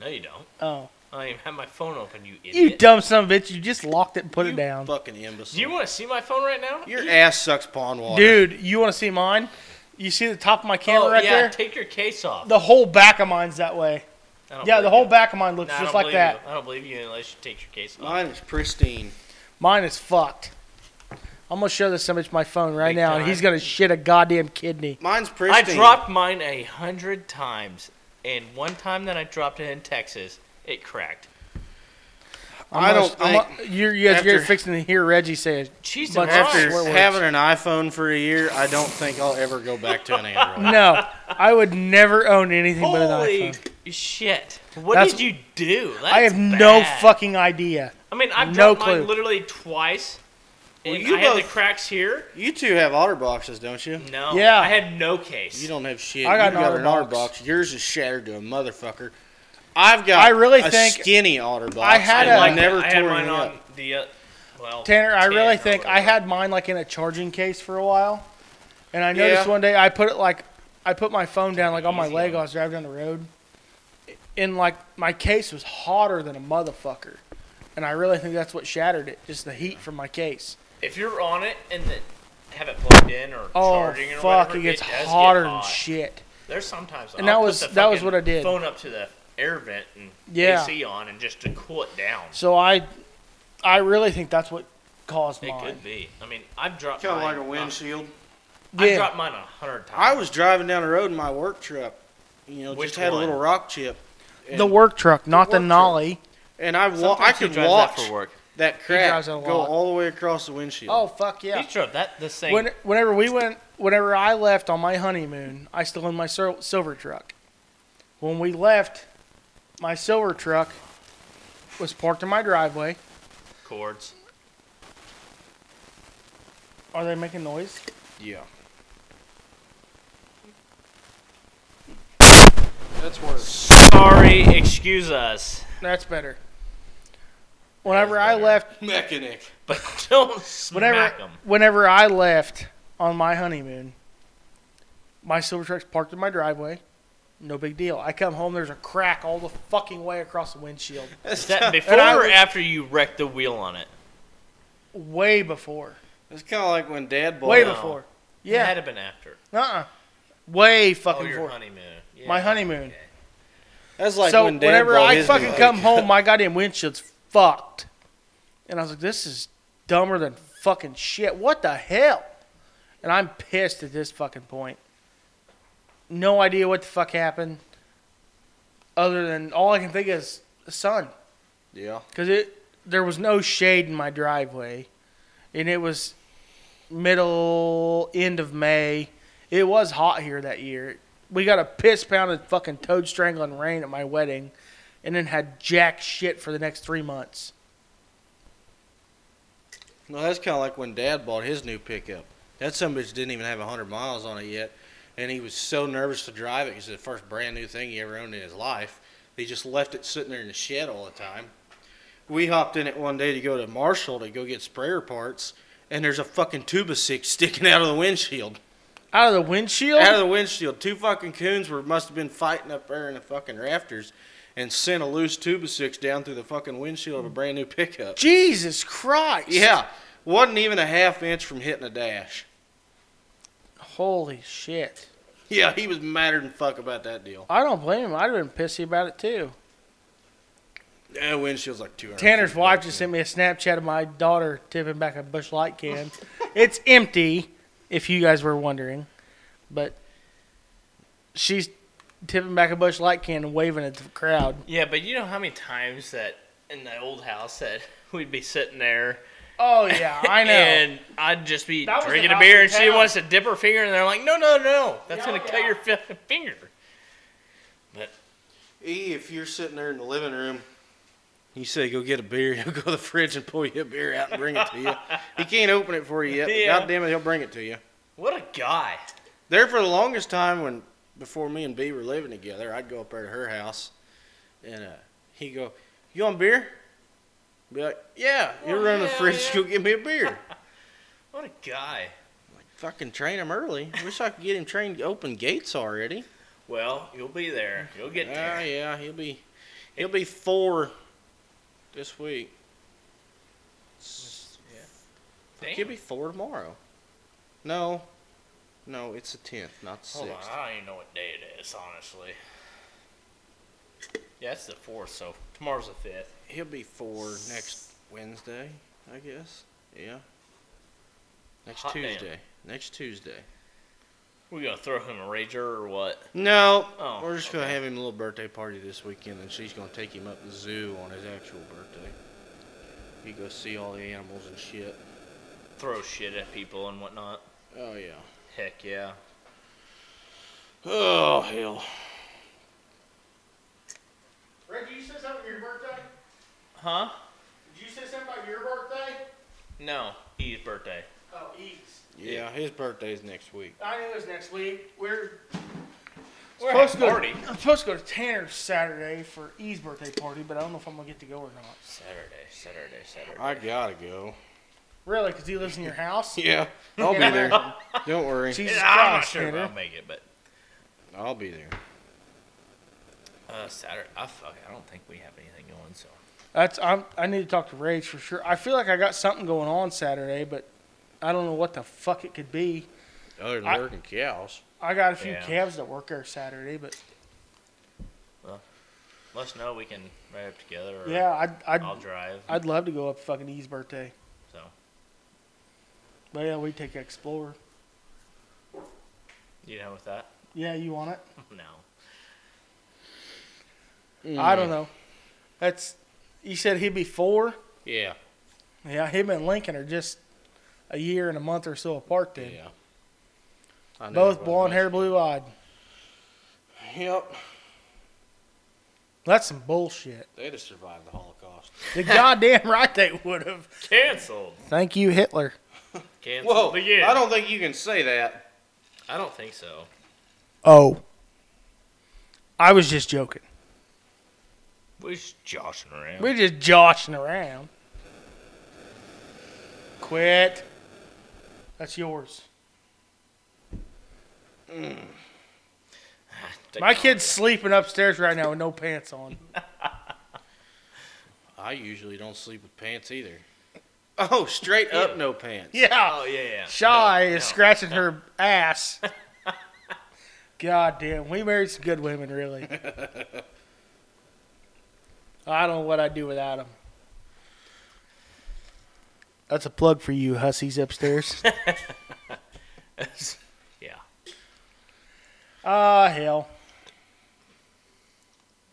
Speaker 2: No, you don't.
Speaker 1: Oh,
Speaker 2: I don't even have my phone open, you idiot.
Speaker 1: you dumb son of a bitch! You just locked it and put
Speaker 3: You
Speaker 1: it down.
Speaker 3: Fucking imbecile.
Speaker 2: Do you want to see my phone right now?
Speaker 3: Your ass sucks pond water.
Speaker 1: Dude, you want to see mine? You see the top of my camera
Speaker 2: oh,
Speaker 1: right
Speaker 2: yeah,
Speaker 1: there?
Speaker 2: take your case off.
Speaker 1: the whole back of mine's that way.
Speaker 2: I don't
Speaker 1: Yeah, the
Speaker 2: believe
Speaker 1: whole
Speaker 2: you.
Speaker 1: back of mine looks
Speaker 2: Nah, I
Speaker 1: just
Speaker 2: don't
Speaker 1: like
Speaker 2: believe
Speaker 1: that.
Speaker 2: you. I don't believe you unless you take your case off.
Speaker 3: Mine is pristine.
Speaker 1: Mine is fucked. I'm gonna show this somebody my phone right
Speaker 2: Big
Speaker 1: now, and
Speaker 2: time.
Speaker 1: he's gonna shit a goddamn kidney.
Speaker 3: Mine's
Speaker 2: I
Speaker 3: pristine.
Speaker 2: dropped mine a hundred times, and one time that I dropped it in Texas, it cracked.
Speaker 1: I'm
Speaker 3: I
Speaker 1: gonna-
Speaker 3: don't
Speaker 1: I'm
Speaker 3: think-
Speaker 1: gonna- you're, you guys- you're
Speaker 3: after-
Speaker 1: fixing to hear Reggie say it.
Speaker 2: Jesus
Speaker 1: But
Speaker 2: Christ.
Speaker 1: after-
Speaker 3: After having an iPhone for a year, I don't think I'll ever go back to an Android.
Speaker 1: No, I would never own anything but an
Speaker 2: Holy
Speaker 1: iPhone.
Speaker 2: shit. What
Speaker 1: That's-
Speaker 2: did you do?
Speaker 1: I have
Speaker 2: That's
Speaker 1: no
Speaker 2: bad.
Speaker 1: fucking idea.
Speaker 2: I mean, I've
Speaker 1: no
Speaker 2: dropped
Speaker 1: clue.
Speaker 2: mine literally twice. and
Speaker 3: you
Speaker 2: I had the
Speaker 3: both-
Speaker 2: cracks here.
Speaker 3: You two have otter boxes, don't you?
Speaker 2: No.
Speaker 1: Yeah.
Speaker 2: I had no case.
Speaker 3: You don't have shit.
Speaker 1: I got
Speaker 3: You've
Speaker 1: an
Speaker 3: got
Speaker 1: otter
Speaker 3: an otter
Speaker 1: box.
Speaker 3: box. Yours is shattered to a motherfucker. I've got.
Speaker 1: I really
Speaker 3: a
Speaker 1: think-
Speaker 3: skinny otter box.
Speaker 1: I had
Speaker 2: I,
Speaker 3: and
Speaker 1: a-
Speaker 2: like
Speaker 3: I never
Speaker 2: I
Speaker 3: tore
Speaker 2: had mine
Speaker 3: it
Speaker 2: on
Speaker 3: up.
Speaker 2: the uh, well.
Speaker 1: Tanner, I
Speaker 2: 10
Speaker 1: really
Speaker 2: or
Speaker 1: think I
Speaker 2: whatever.
Speaker 1: had mine like in a charging case for a while, and I noticed
Speaker 3: Yeah.
Speaker 1: one day I put it like I put my phone down like on my
Speaker 2: Easy
Speaker 1: leg
Speaker 2: on.
Speaker 1: I was driving down the road, and like my case was hotter than a motherfucker, and I really think that's what shattered it, just the heat from my case.
Speaker 2: If you're on it and then have it plugged in or
Speaker 1: Oh
Speaker 2: charging or
Speaker 1: fuck,
Speaker 2: whatever,
Speaker 1: it gets
Speaker 2: does get
Speaker 1: hotter than
Speaker 2: hot.
Speaker 1: shit.
Speaker 2: There's sometimes
Speaker 1: And that
Speaker 2: I'll put
Speaker 1: was-
Speaker 2: the
Speaker 1: that was
Speaker 2: fucking
Speaker 1: what I did.
Speaker 2: Phone up to the air vent and
Speaker 1: Yeah.
Speaker 2: AC on and just to cool it down.
Speaker 1: So I, I really think that's what caused
Speaker 2: It
Speaker 1: mine.
Speaker 2: could be. I mean, I've dropped
Speaker 3: Kind of
Speaker 2: mine
Speaker 3: like a windshield.
Speaker 2: I
Speaker 1: Yeah.
Speaker 2: dropped mine a hundred times.
Speaker 3: I was driving down the road in my work truck. You know,
Speaker 2: Which
Speaker 3: just had
Speaker 2: one?
Speaker 3: a little rock chip. And,
Speaker 1: The work truck, not the,
Speaker 3: work truck.
Speaker 1: nolly.
Speaker 3: And I wa- I
Speaker 2: Sometimes he
Speaker 3: could
Speaker 2: drives
Speaker 3: watch
Speaker 2: that for work.
Speaker 3: that crack
Speaker 1: drives it a
Speaker 3: go
Speaker 1: lot.
Speaker 3: all the way across the windshield.
Speaker 1: Oh fuck yeah!
Speaker 2: He drove that the same.
Speaker 1: When, whenever we went, whenever I left on my honeymoon, I still owned my sil- silver truck. When we left, my silver truck was parked in my driveway.
Speaker 2: Cords.
Speaker 1: Are they making noise?
Speaker 3: Yeah. That's worse.
Speaker 2: Sorry, excuse us,
Speaker 1: That's better. Whenever I
Speaker 2: better.
Speaker 1: left,
Speaker 3: Mechanic.
Speaker 2: but don't
Speaker 1: whenever
Speaker 2: smack 'em.
Speaker 1: whenever I left on my honeymoon, my silver truck's parked in my driveway. No big deal. I come home, there's a crack all the fucking way across the windshield.
Speaker 2: Is
Speaker 3: That's,
Speaker 2: that
Speaker 3: kind,
Speaker 2: before
Speaker 1: I
Speaker 2: or
Speaker 1: was-
Speaker 2: after you wrecked the wheel on it?
Speaker 1: Way before.
Speaker 3: that's kind of like when Dad bought.
Speaker 1: Way
Speaker 2: no.
Speaker 1: before.
Speaker 2: It had
Speaker 1: Yeah.
Speaker 2: to have been after.
Speaker 1: Uh uh Way
Speaker 2: oh,
Speaker 1: fucking
Speaker 2: your
Speaker 1: before.
Speaker 2: honeymoon. Yeah.
Speaker 1: My honeymoon.
Speaker 2: Okay.
Speaker 3: That's like
Speaker 1: so
Speaker 3: when Dad
Speaker 1: whenever
Speaker 3: bought
Speaker 1: I
Speaker 3: his
Speaker 1: fucking
Speaker 3: new
Speaker 1: come
Speaker 3: bike.
Speaker 1: home, my goddamn windshield's fucked. And I was like, this is dumber than fucking shit. What the hell? And I'm pissed at this fucking point. No idea what the fuck happened. Other than all I can think is the sun,
Speaker 3: Yeah.
Speaker 1: because it there was no shade in my driveway, and it was middle end of May. It was hot here that year. We got a piss pounded fucking toad strangling rain at my wedding, and then had jack shit for the next three months.
Speaker 3: No, that's kind of like when Dad bought his new pickup. That some bitch didn't even have hundred miles on it yet, and he was so nervous to drive it because it's the first brand new thing he ever owned in his life. He just left it sitting there in the shed all the time. We hopped in it one day to go to Marshall to go get sprayer parts, and there's a fucking tuba six sticking out of the windshield.
Speaker 1: Out of the windshield.
Speaker 3: Out of the windshield, two fucking coons were must have been fighting up there in the fucking rafters, and sent a loose tuba six down through the fucking windshield of a brand new pickup.
Speaker 1: Jesus Christ!
Speaker 3: Yeah, wasn't even a half inch from hitting a dash.
Speaker 1: Holy shit!
Speaker 3: Yeah, he was madder than fuck about that deal.
Speaker 1: I don't blame him. I'd have been pissy about it too.
Speaker 3: That windshield's like two hundred.
Speaker 1: Tanner's wife just sent me a Snapchat of my daughter tipping back a Bush Light can. it's empty, if you guys were wondering, but she's tipping back a Bush Light can and waving at the crowd.
Speaker 2: Yeah, but you know how many times that in the old house that we'd be sitting there
Speaker 1: Oh yeah, I know.
Speaker 2: and I'd just be
Speaker 1: That was the
Speaker 2: drinking a
Speaker 1: house
Speaker 2: beer
Speaker 1: in
Speaker 2: and she
Speaker 1: town.
Speaker 2: wants to dip her finger and they're like, no, no, no, that's
Speaker 1: Yeah,
Speaker 2: gonna cut
Speaker 1: yeah.
Speaker 2: your fucking finger. But
Speaker 3: E, if you're sitting there in the living room, you say go get a beer. He'll go to the fridge and pull you a beer out and bring it to you. he can't open it for you yet. but
Speaker 2: Yeah.
Speaker 3: God damn it, he'll bring it to you.
Speaker 2: what a guy!
Speaker 3: There for the longest time when before me and B were living together, I'd go up there to her house, and uh, he'd go, "You want beer?" Be like, "Yeah." You
Speaker 2: Oh,
Speaker 3: run to the
Speaker 2: hell
Speaker 3: fridge,
Speaker 2: yeah.
Speaker 3: go get me a beer.
Speaker 2: What a guy!
Speaker 3: Fucking train him early. Wish I could get him trained to open gates already.
Speaker 2: Well, you'll be there. You'll get
Speaker 3: Yeah,
Speaker 2: there.
Speaker 3: yeah, he'll be he'll be four this week.
Speaker 2: Damn.
Speaker 3: He'll be four tomorrow. No, no, it's the tenth, not the
Speaker 2: Hold on,
Speaker 3: sixth.
Speaker 2: I don't even know what day it is, honestly. Yeah, it's the fourth, so tomorrow's the fifth.
Speaker 3: He'll be four next Wednesday, I guess. Yeah. Next
Speaker 2: Hot damn.
Speaker 3: Tuesday. Next Tuesday.
Speaker 2: We gonna throw him a rager or what?
Speaker 3: No,
Speaker 2: Oh,
Speaker 3: we're just gonna
Speaker 2: okay.
Speaker 3: have him a little birthday party this weekend, and she's gonna take him up to the zoo on his actual birthday. He go see all the animals and shit.
Speaker 2: Throw shit at people and whatnot.
Speaker 3: Oh yeah.
Speaker 2: Heck yeah.
Speaker 3: Oh hell.
Speaker 1: Reggie, you said something about your birthday.
Speaker 2: Huh?
Speaker 1: Did you say something about your birthday?
Speaker 2: No, Eve's birthday.
Speaker 1: Oh, East.
Speaker 3: Yeah, his birthday's next week.
Speaker 1: I knew it was next week. We're
Speaker 2: We're
Speaker 1: supposed to
Speaker 2: having
Speaker 1: go.
Speaker 2: a party.
Speaker 1: I'm supposed to go to Tanner's Saturday for E's birthday party, but I don't know if I'm gonna get to go or not.
Speaker 2: Saturday, Saturday, Saturday.
Speaker 3: I gotta go.
Speaker 1: Really, because he lives in your house.
Speaker 3: Yeah, I'll be there. Don't worry,
Speaker 1: Jesus
Speaker 2: I'm not
Speaker 1: Christ,
Speaker 2: sure if
Speaker 1: Tanner.
Speaker 2: I'll make it, but
Speaker 3: I'll be there.
Speaker 2: uh, Saturday. I fuck. I don't think we have anything going. So
Speaker 1: That's I'm, I need to talk to Rage for sure. I feel like I got something going on Saturday, but I don't know what the fuck it could be.
Speaker 3: Other than
Speaker 1: I-
Speaker 3: working cows.
Speaker 1: I got a few
Speaker 2: Yeah.
Speaker 1: calves that work there Saturday, but
Speaker 2: let us know. We can ride up together. Or
Speaker 1: yeah, I'd I'd,
Speaker 2: I'll drive.
Speaker 1: I'd love to go up fucking E's birthday.
Speaker 2: so
Speaker 1: Well, we take Explorer.
Speaker 2: You know with that?
Speaker 1: Yeah, you want it?
Speaker 2: No.
Speaker 1: I don't know. That's you said he'd be four.
Speaker 3: Yeah.
Speaker 1: Yeah, him and Lincoln are just a year and a month or so apart. Then
Speaker 3: Yeah. I know
Speaker 1: both
Speaker 3: everybody
Speaker 1: blonde hair,
Speaker 3: likes-
Speaker 1: blue eyed.
Speaker 3: Yep.
Speaker 1: That's some bullshit.
Speaker 3: They'd have survived the Holocaust.
Speaker 1: The goddamn right they would have.
Speaker 2: Cancelled.
Speaker 1: Thank you, Hitler.
Speaker 2: Cancelled
Speaker 3: Whoa.
Speaker 2: again.
Speaker 3: I don't think you can say that.
Speaker 2: I don't think so.
Speaker 1: Oh, I was just joking.
Speaker 2: We're just joshing around.
Speaker 1: We're just joshing around. Quit. That's yours.
Speaker 2: Take
Speaker 1: My
Speaker 2: the-
Speaker 1: kid's sleeping upstairs right now with no pants on.
Speaker 3: I usually don't sleep with pants either. Oh, straight up no pants.
Speaker 1: Yeah.
Speaker 2: Oh yeah, yeah.
Speaker 1: Shy
Speaker 2: No,
Speaker 1: is
Speaker 2: no.
Speaker 1: scratching her ass. God damn, we married some good women, really. I don't know what I'd do without them. That's a plug for you, hussies upstairs.
Speaker 2: yeah.
Speaker 1: Ah, hell.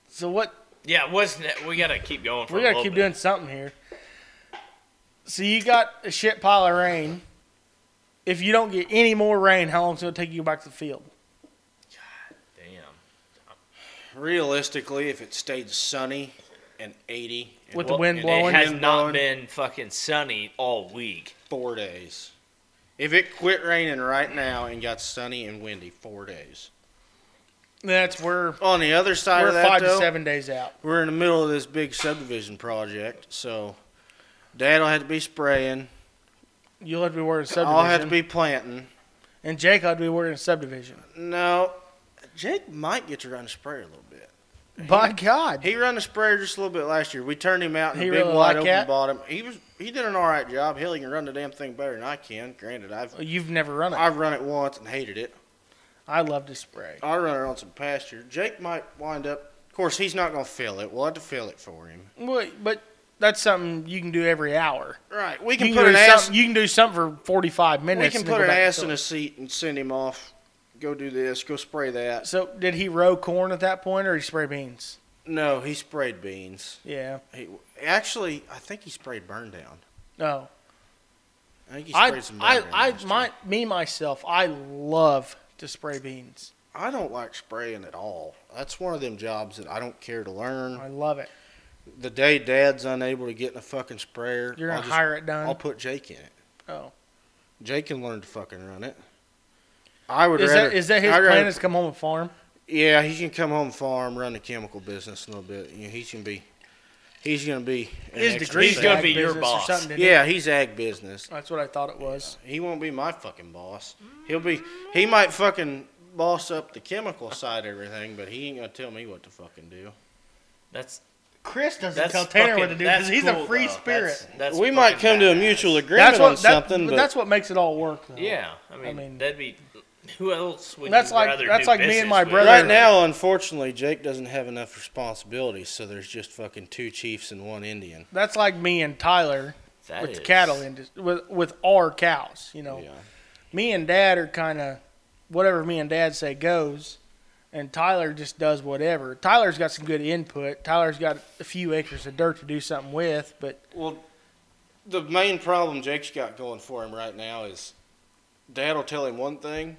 Speaker 1: So what?
Speaker 2: Yeah, wasn't it? We gotta keep going. For
Speaker 1: We
Speaker 2: a
Speaker 1: gotta
Speaker 2: little
Speaker 1: keep
Speaker 2: bit.
Speaker 1: doing something here. So you got a shit pile of rain. If you don't get any more rain, how long's it gonna take you back to the field?
Speaker 2: Damn.
Speaker 3: Realistically, if it stayed sunny and 80 in
Speaker 1: With the wind
Speaker 3: and
Speaker 1: blowing?
Speaker 2: It
Speaker 3: It
Speaker 2: has
Speaker 3: wind
Speaker 2: not
Speaker 3: blowing,
Speaker 2: been fucking sunny all week.
Speaker 3: four days. If it quit raining right now and got sunny and windy, four days.
Speaker 1: That's where
Speaker 3: On the other side
Speaker 1: we're
Speaker 3: of that,
Speaker 1: five
Speaker 3: though,
Speaker 1: to seven days out.
Speaker 3: we're in the middle of this big subdivision project, so Dad'll have to be spraying.
Speaker 1: You'll have to be working subdivision.
Speaker 3: I'll have to be planting.
Speaker 1: and Jake will have to be working subdivision.
Speaker 3: No, Jake might get to run the sprayer a little bit.
Speaker 1: By God,
Speaker 3: He ran the sprayer just a little bit last year. We turned him out in
Speaker 1: He
Speaker 3: a big
Speaker 1: really
Speaker 3: wide
Speaker 1: like
Speaker 3: open
Speaker 1: that?
Speaker 3: bottom. He was he did an all right job. Hell, he can run the damn thing better than I can. Granted, I've
Speaker 1: you've never run it. I,
Speaker 3: I've run it once and hated it.
Speaker 1: love to spray.
Speaker 3: I run it on some pasture. Jake might wind up. Of course, he's not gonna fill it. We'll have to fill it for him.
Speaker 1: Well, But that's something you can do every hour.
Speaker 3: Right. We
Speaker 1: You
Speaker 3: can
Speaker 1: can,
Speaker 3: put
Speaker 1: do
Speaker 3: an ass.
Speaker 1: something- you can do something for forty-five minutes.
Speaker 3: We can
Speaker 1: and then
Speaker 3: put
Speaker 1: go
Speaker 3: an
Speaker 1: back to
Speaker 3: ass in
Speaker 1: field.
Speaker 3: a seat and send him off. Go do this. Go spray that.
Speaker 1: So did he row corn at that point, or he spray beans?
Speaker 3: No, he sprayed beans.
Speaker 1: Yeah.
Speaker 3: He actually, I think he sprayed burn down.
Speaker 1: No.
Speaker 3: I think he sprayed
Speaker 1: I
Speaker 3: some burn
Speaker 1: I
Speaker 3: down
Speaker 1: I
Speaker 3: last year.
Speaker 1: my, me myself. I love to spray beans.
Speaker 3: I don't like spraying at all. That's one of them jobs that I don't care to learn.
Speaker 1: I love it.
Speaker 3: The day Dad's unable to get in a fucking sprayer,
Speaker 1: You're
Speaker 3: I'll
Speaker 1: gonna
Speaker 3: just-
Speaker 1: hire it done.
Speaker 3: I'll put Jake in it.
Speaker 1: oh,
Speaker 3: Jake can learn to fucking run it. I would
Speaker 1: is
Speaker 3: rather.
Speaker 1: that is that his
Speaker 3: I'd
Speaker 1: plan?
Speaker 3: rather-
Speaker 1: Is to come home and farm?
Speaker 3: yeah, he can come home farm, run the chemical business a little bit. You know, he's gonna be, he's gonna be. an
Speaker 1: His
Speaker 3: extra
Speaker 1: degree's
Speaker 2: He's gonna
Speaker 1: ag
Speaker 3: thing.
Speaker 2: be your
Speaker 1: business or
Speaker 2: boss.
Speaker 1: something, didn't he?
Speaker 3: Yeah, he's ag business.
Speaker 1: That's what I thought it was.
Speaker 3: He won't be my fucking boss. He'll be. He might fucking boss up the chemical side of everything, but he ain't gonna tell me what to fucking do.
Speaker 2: That's
Speaker 1: Chris doesn't
Speaker 2: that's
Speaker 1: tell Tanner
Speaker 2: fucking,
Speaker 1: what to do
Speaker 2: that's
Speaker 1: because he's
Speaker 2: cool,
Speaker 1: a free
Speaker 2: though.
Speaker 1: spirit.
Speaker 2: That's, that's
Speaker 3: we might
Speaker 2: fucking
Speaker 3: come to a
Speaker 2: badass.
Speaker 3: mutual agreement
Speaker 1: That's what
Speaker 3: on
Speaker 1: that,
Speaker 3: something, but
Speaker 1: that's what makes it all work. Though.
Speaker 2: Yeah, I mean,
Speaker 1: mean-
Speaker 2: that'd be who else would
Speaker 1: That's
Speaker 2: you
Speaker 1: like-
Speaker 2: rather
Speaker 1: that's
Speaker 2: do
Speaker 1: like me and
Speaker 2: business
Speaker 1: my
Speaker 2: with?
Speaker 1: brother.
Speaker 3: right now, unfortunately, Jake doesn't have enough responsibilities, so there's just fucking two chiefs and one Indian.
Speaker 1: That's like me and Tyler
Speaker 2: That
Speaker 1: with the
Speaker 2: is-
Speaker 1: cattle industry with with our cows. You know, me and Dad are kind of whatever me and Dad say goes, and Tyler just does whatever. Tyler's got some good input. Tyler's got a few acres of dirt to do something with, but
Speaker 3: Well, the main problem Jake's got going for him right now is Dad will tell him one thing,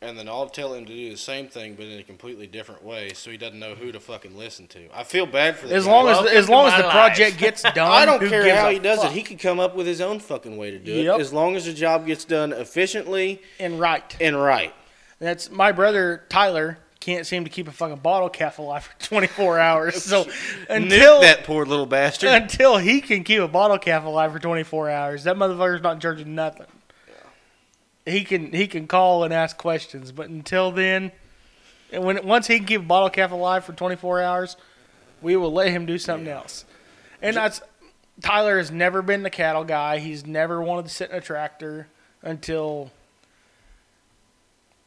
Speaker 3: and then I'll tell him to do the same thing, but in a completely different way, so he doesn't know who to fucking listen to. I feel bad for the
Speaker 1: as
Speaker 3: guy.
Speaker 1: long as
Speaker 2: welcome
Speaker 1: as
Speaker 2: to
Speaker 1: long as
Speaker 2: my
Speaker 1: the
Speaker 2: life.
Speaker 1: project gets done,
Speaker 3: I don't
Speaker 1: who
Speaker 3: care
Speaker 1: gives
Speaker 3: how
Speaker 1: a
Speaker 3: he does
Speaker 1: fuck?
Speaker 3: it. He could come up with his own fucking way to do
Speaker 1: Yep.
Speaker 3: it, as long as the job gets done efficiently
Speaker 1: and right.
Speaker 3: and right.
Speaker 1: That's my brother Tyler can't seem to keep a fucking bottle cap alive for 24 hours. So until
Speaker 3: Nuke that poor little bastard.
Speaker 1: until he can keep a bottle cap alive for 24 hours, that motherfucker's not in charge of nothing. He can he can call and ask questions, but until then, and when once he can keep a bottle cap alive for 24 hours, we will let him do something else. And that's Tyler has never been the cattle guy. He's never wanted to sit in a tractor until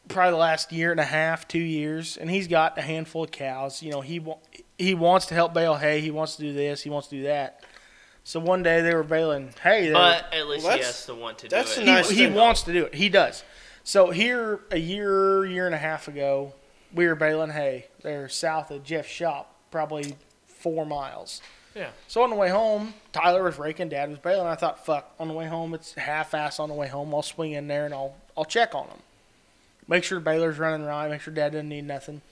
Speaker 1: probably the last year and a half, two years, and he's got a handful of cows. You know, he wa- he wants to help bale hay. He wants to do this. He wants to do that. So one day they were bailing. Hey, they were-
Speaker 2: But at least he
Speaker 3: that's-
Speaker 2: has to want to
Speaker 3: that's
Speaker 2: do
Speaker 3: a
Speaker 2: it.
Speaker 1: he,
Speaker 3: nice
Speaker 1: he
Speaker 3: thing, though.
Speaker 1: wants to do it. He does. So here, a year, year and a half ago, we were baling hay. They're south of Jeff's shop, probably four miles.
Speaker 2: Yeah.
Speaker 1: So on the way home, Tyler was raking, Dad was bailing. I thought, fuck, on the way home, it's half ass on the way home. I'll swing in there and I'll I'll check on them. Make sure Baylor's running right, make sure Dad doesn't need nothing.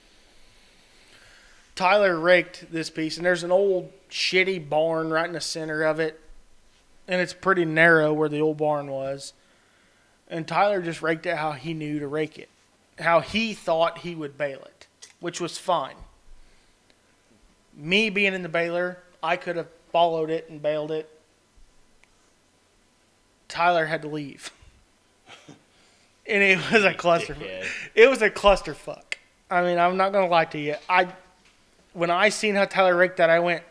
Speaker 1: Tyler raked this piece, and there's an old shitty barn right in the center of it, and it's pretty narrow where the old barn was. And Tyler just raked it how he knew to rake it, how he thought he would bail it, which was fine me being in the Baylor, I could have followed it and bailed it. Tyler had to leave. and it was a clusterfuck.
Speaker 2: Dickhead.
Speaker 1: It was a clusterfuck. I mean, I'm not gonna lie to you. I when I seen how Tyler raked that, I went,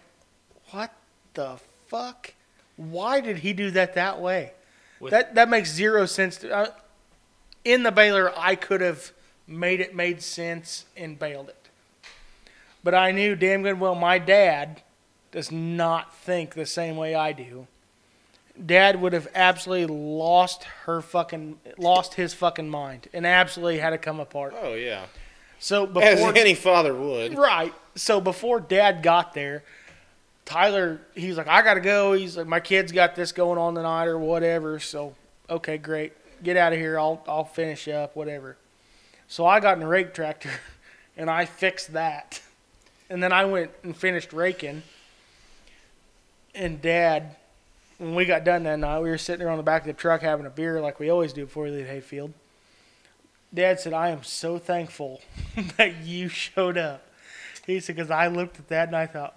Speaker 1: What the fuck? Why did he do that that way?
Speaker 2: With-
Speaker 1: that that makes zero sense. To, I, in the Baylor, I could have made it made sense and bailed it. But I knew damn good well my dad does not think the same way I do. Dad would have absolutely lost her fucking lost his fucking mind and absolutely had to come apart.
Speaker 3: Oh yeah,
Speaker 1: So before
Speaker 3: as any father would.
Speaker 1: Right. So before dad got there, Tyler, he's like, I got to go. He's like, my kid's got this going on tonight or whatever. So, okay, great. Get out of here. I'll, I'll finish up, whatever. So I got in a rake tractor and I fixed that. And then I went and finished raking. And dad, when we got done that night, we were sitting there on the back of the truck having a beer like we always do before we leave Hayfield. Dad said, I am so thankful that you showed up. He said, because I looked at that and I thought,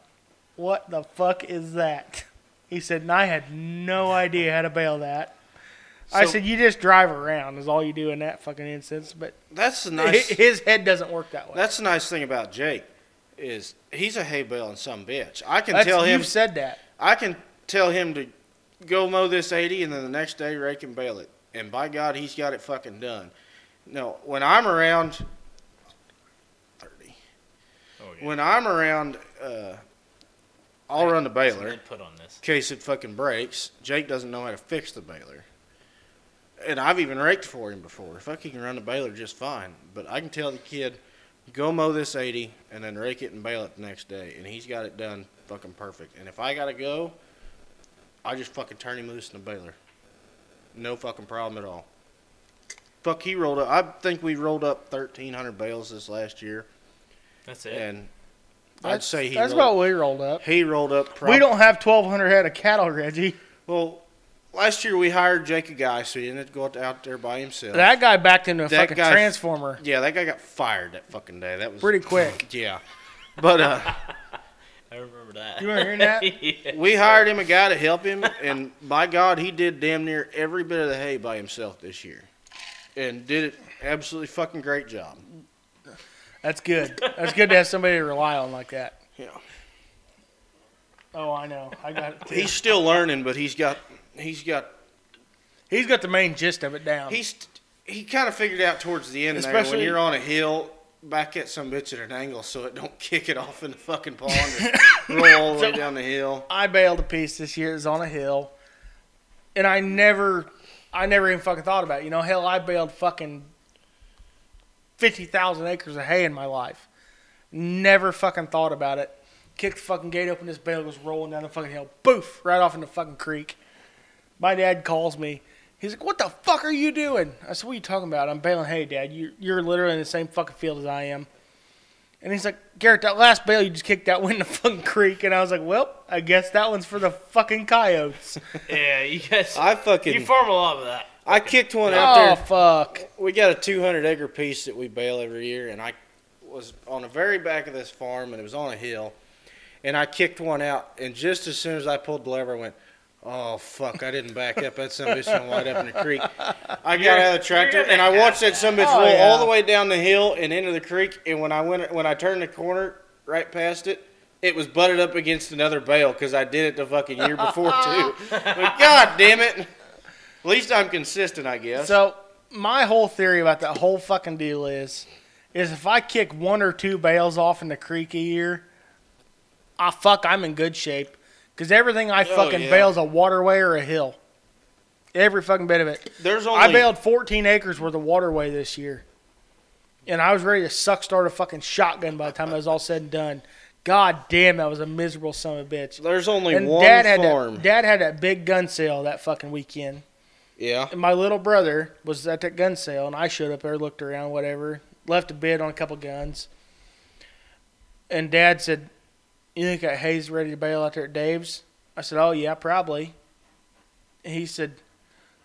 Speaker 1: what the fuck is that? He said, and I had no idea how to bail that. I
Speaker 2: So-
Speaker 1: said, you just drive around is all you do in that fucking instance. But
Speaker 3: That's the nice.
Speaker 1: hi- his head doesn't work that way.
Speaker 3: That's the nice thing about Jake, is he's a hay bale and some bitch. I can
Speaker 1: That's-
Speaker 3: tell him.
Speaker 1: You've said that.
Speaker 3: I can tell him to go mow this 80 and then the next day rake and bale it. And by God, he's got it fucking done. No, when I'm around 30,
Speaker 2: Oh, yeah.
Speaker 3: when I'm around, uh, I'll run the
Speaker 2: Some
Speaker 3: baler in
Speaker 2: input on this.
Speaker 3: case it fucking breaks. Jake doesn't know how to fix the baler. And I've even raked for him before. Fuck, he can run the baler just fine. But I can tell the kid, go mow this 80 and then rake it and bale it the next day. And he's got it done fucking perfect. And if I got to go, I just fucking turn him loose in the baler. No fucking problem at all. Fuck, he rolled up. I think we rolled up 1,300 bales this last year.
Speaker 2: That's it.
Speaker 3: And I'd
Speaker 1: That's-
Speaker 3: say he
Speaker 1: that's
Speaker 3: rolled,
Speaker 1: what we rolled up.
Speaker 3: he rolled up probably.
Speaker 1: We don't have 1,200 head of cattle, Reggie.
Speaker 3: Well, last year we hired Jake a guy, so he didn't have to go out- out there by himself.
Speaker 1: That guy backed into a
Speaker 3: That
Speaker 1: fucking
Speaker 3: guy-
Speaker 1: transformer
Speaker 3: yeah, that guy got fired that fucking day. That was
Speaker 1: pretty quick.
Speaker 3: Yeah, but uh,
Speaker 2: I remember that.
Speaker 1: You weren't hearing that?
Speaker 2: Yeah.
Speaker 3: we hired him a guy to help him, and by God, he did damn near every bit of the hay by himself this year, and did it absolutely fucking great job.
Speaker 1: That's good. That's good to have somebody to rely on like that.
Speaker 3: Yeah,
Speaker 1: Oh, I know. I got
Speaker 3: he's
Speaker 1: he's,
Speaker 3: still learning, but he's got he's got
Speaker 1: he's got the main gist of it down.
Speaker 3: he's he kind of figured out towards the end there when
Speaker 1: Especially-
Speaker 3: you're on a hill. Back at some bitch at an angle so it don't kick it off in the fucking pond and roll all the way down the hill.
Speaker 1: I bailed a piece this year. It was on a hill, and I never, I never even fucking thought about it. You know, hell, I bailed fucking fifty thousand acres of hay in my life. Never fucking thought about it. Kicked the fucking gate open. This bale goes rolling down the fucking hill. Boof! Right off in the fucking creek. My dad calls me. He's like, "What the fuck are you doing?" I said, "What are you talking about? I'm baling hay, Dad. You're, you're literally in the same fucking field as I am." And he's like, Garrett, that last bale you just kicked out went in the fucking creek. And I was like, well, I guess that one's for the fucking coyotes.
Speaker 2: yeah, you guys.
Speaker 3: I fucking
Speaker 2: you farm a lot of that.
Speaker 3: I kicked one out
Speaker 1: oh,
Speaker 3: there.
Speaker 1: fuck.
Speaker 3: We got a 200 acre piece that we bale every year, and I was on the very back of this farm, and it was on a hill, and I kicked one out, and just as soon as I pulled the lever, I went. Oh fuck! I didn't back up. That some bitch gonna wind up in the creek. I got out of the tractor
Speaker 2: you're gonna
Speaker 3: and I
Speaker 2: have
Speaker 3: watched that some bitch
Speaker 1: Oh,
Speaker 3: roll
Speaker 1: yeah.
Speaker 3: all the way down the hill and into the creek. And when I went, when I turned the corner right past it, it was butted up against another bale because I did it the fucking year before too. but god damn it! At least I'm consistent, I guess.
Speaker 1: So, my whole theory about that whole fucking deal is, is if I kick one or two bales off in the creek a year, I fuck, I'm in good shape. Because everything I
Speaker 3: Oh,
Speaker 1: fucking
Speaker 3: yeah.
Speaker 1: bail's a waterway or a hill. Every fucking bit of it.
Speaker 3: There's only
Speaker 1: I bailed 14 acres worth of waterway this year. And I was ready to suck start a fucking shotgun by the time it was all said and done. God damn, that was a miserable son of a bitch.
Speaker 3: there's only
Speaker 1: And
Speaker 3: one
Speaker 1: dad had
Speaker 3: farm.
Speaker 1: that, dad had that big gun sale that fucking weekend.
Speaker 3: yeah.
Speaker 1: And my little brother was at that gun sale, and I showed up there, looked around, whatever, left a bid on a couple guns. And dad said, You think that Hayes ready to bail out there at Dave's? I said, Oh, yeah, probably. And he said,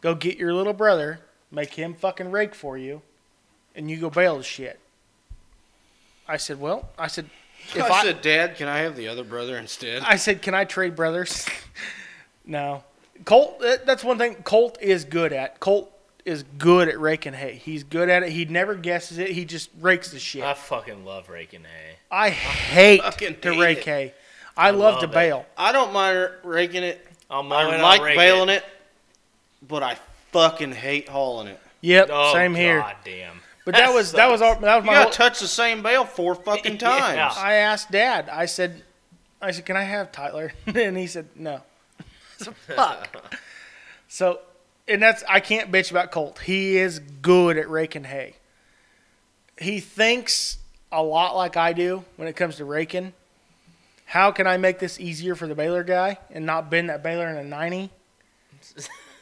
Speaker 1: Go get your little brother, make him fucking rake for you, and you go bail the shit. I said, Well, I said,
Speaker 3: I, said, Dad, can I have the other brother instead?
Speaker 1: I said, "Can I trade brothers?" no. Colt. that- That's one thing Colt is good at. Colt is good at raking hay. He's good at it. He never guesses it. He just rakes the shit.
Speaker 2: I fucking love raking hay.
Speaker 1: I hate
Speaker 3: fucking
Speaker 1: to
Speaker 3: hate
Speaker 1: rake
Speaker 3: it.
Speaker 1: hay. I, love,
Speaker 2: love
Speaker 1: to
Speaker 2: it.
Speaker 1: bail.
Speaker 3: I don't mind r- raking it.
Speaker 2: I'll mow
Speaker 3: I
Speaker 2: it,
Speaker 3: like
Speaker 2: I'll rake
Speaker 3: bailing it. but I fucking hate hauling it.
Speaker 1: Yep,
Speaker 2: Oh,
Speaker 1: same here.
Speaker 2: God damn.
Speaker 1: But that, was that was all, that was
Speaker 3: You
Speaker 1: my.
Speaker 3: gotta
Speaker 1: whole-
Speaker 3: touch the same bale four fucking times.
Speaker 2: Yeah.
Speaker 1: I asked Dad. I said, I said, "Can I have Tyler?" and he said, "No." I said, Fuck. so, and that's I can't bitch about Colt. He is good at raking hay. He thinks a lot like I do when it comes to raking. How can I make this easier for the Baylor guy and not bend that Baylor in a ninety?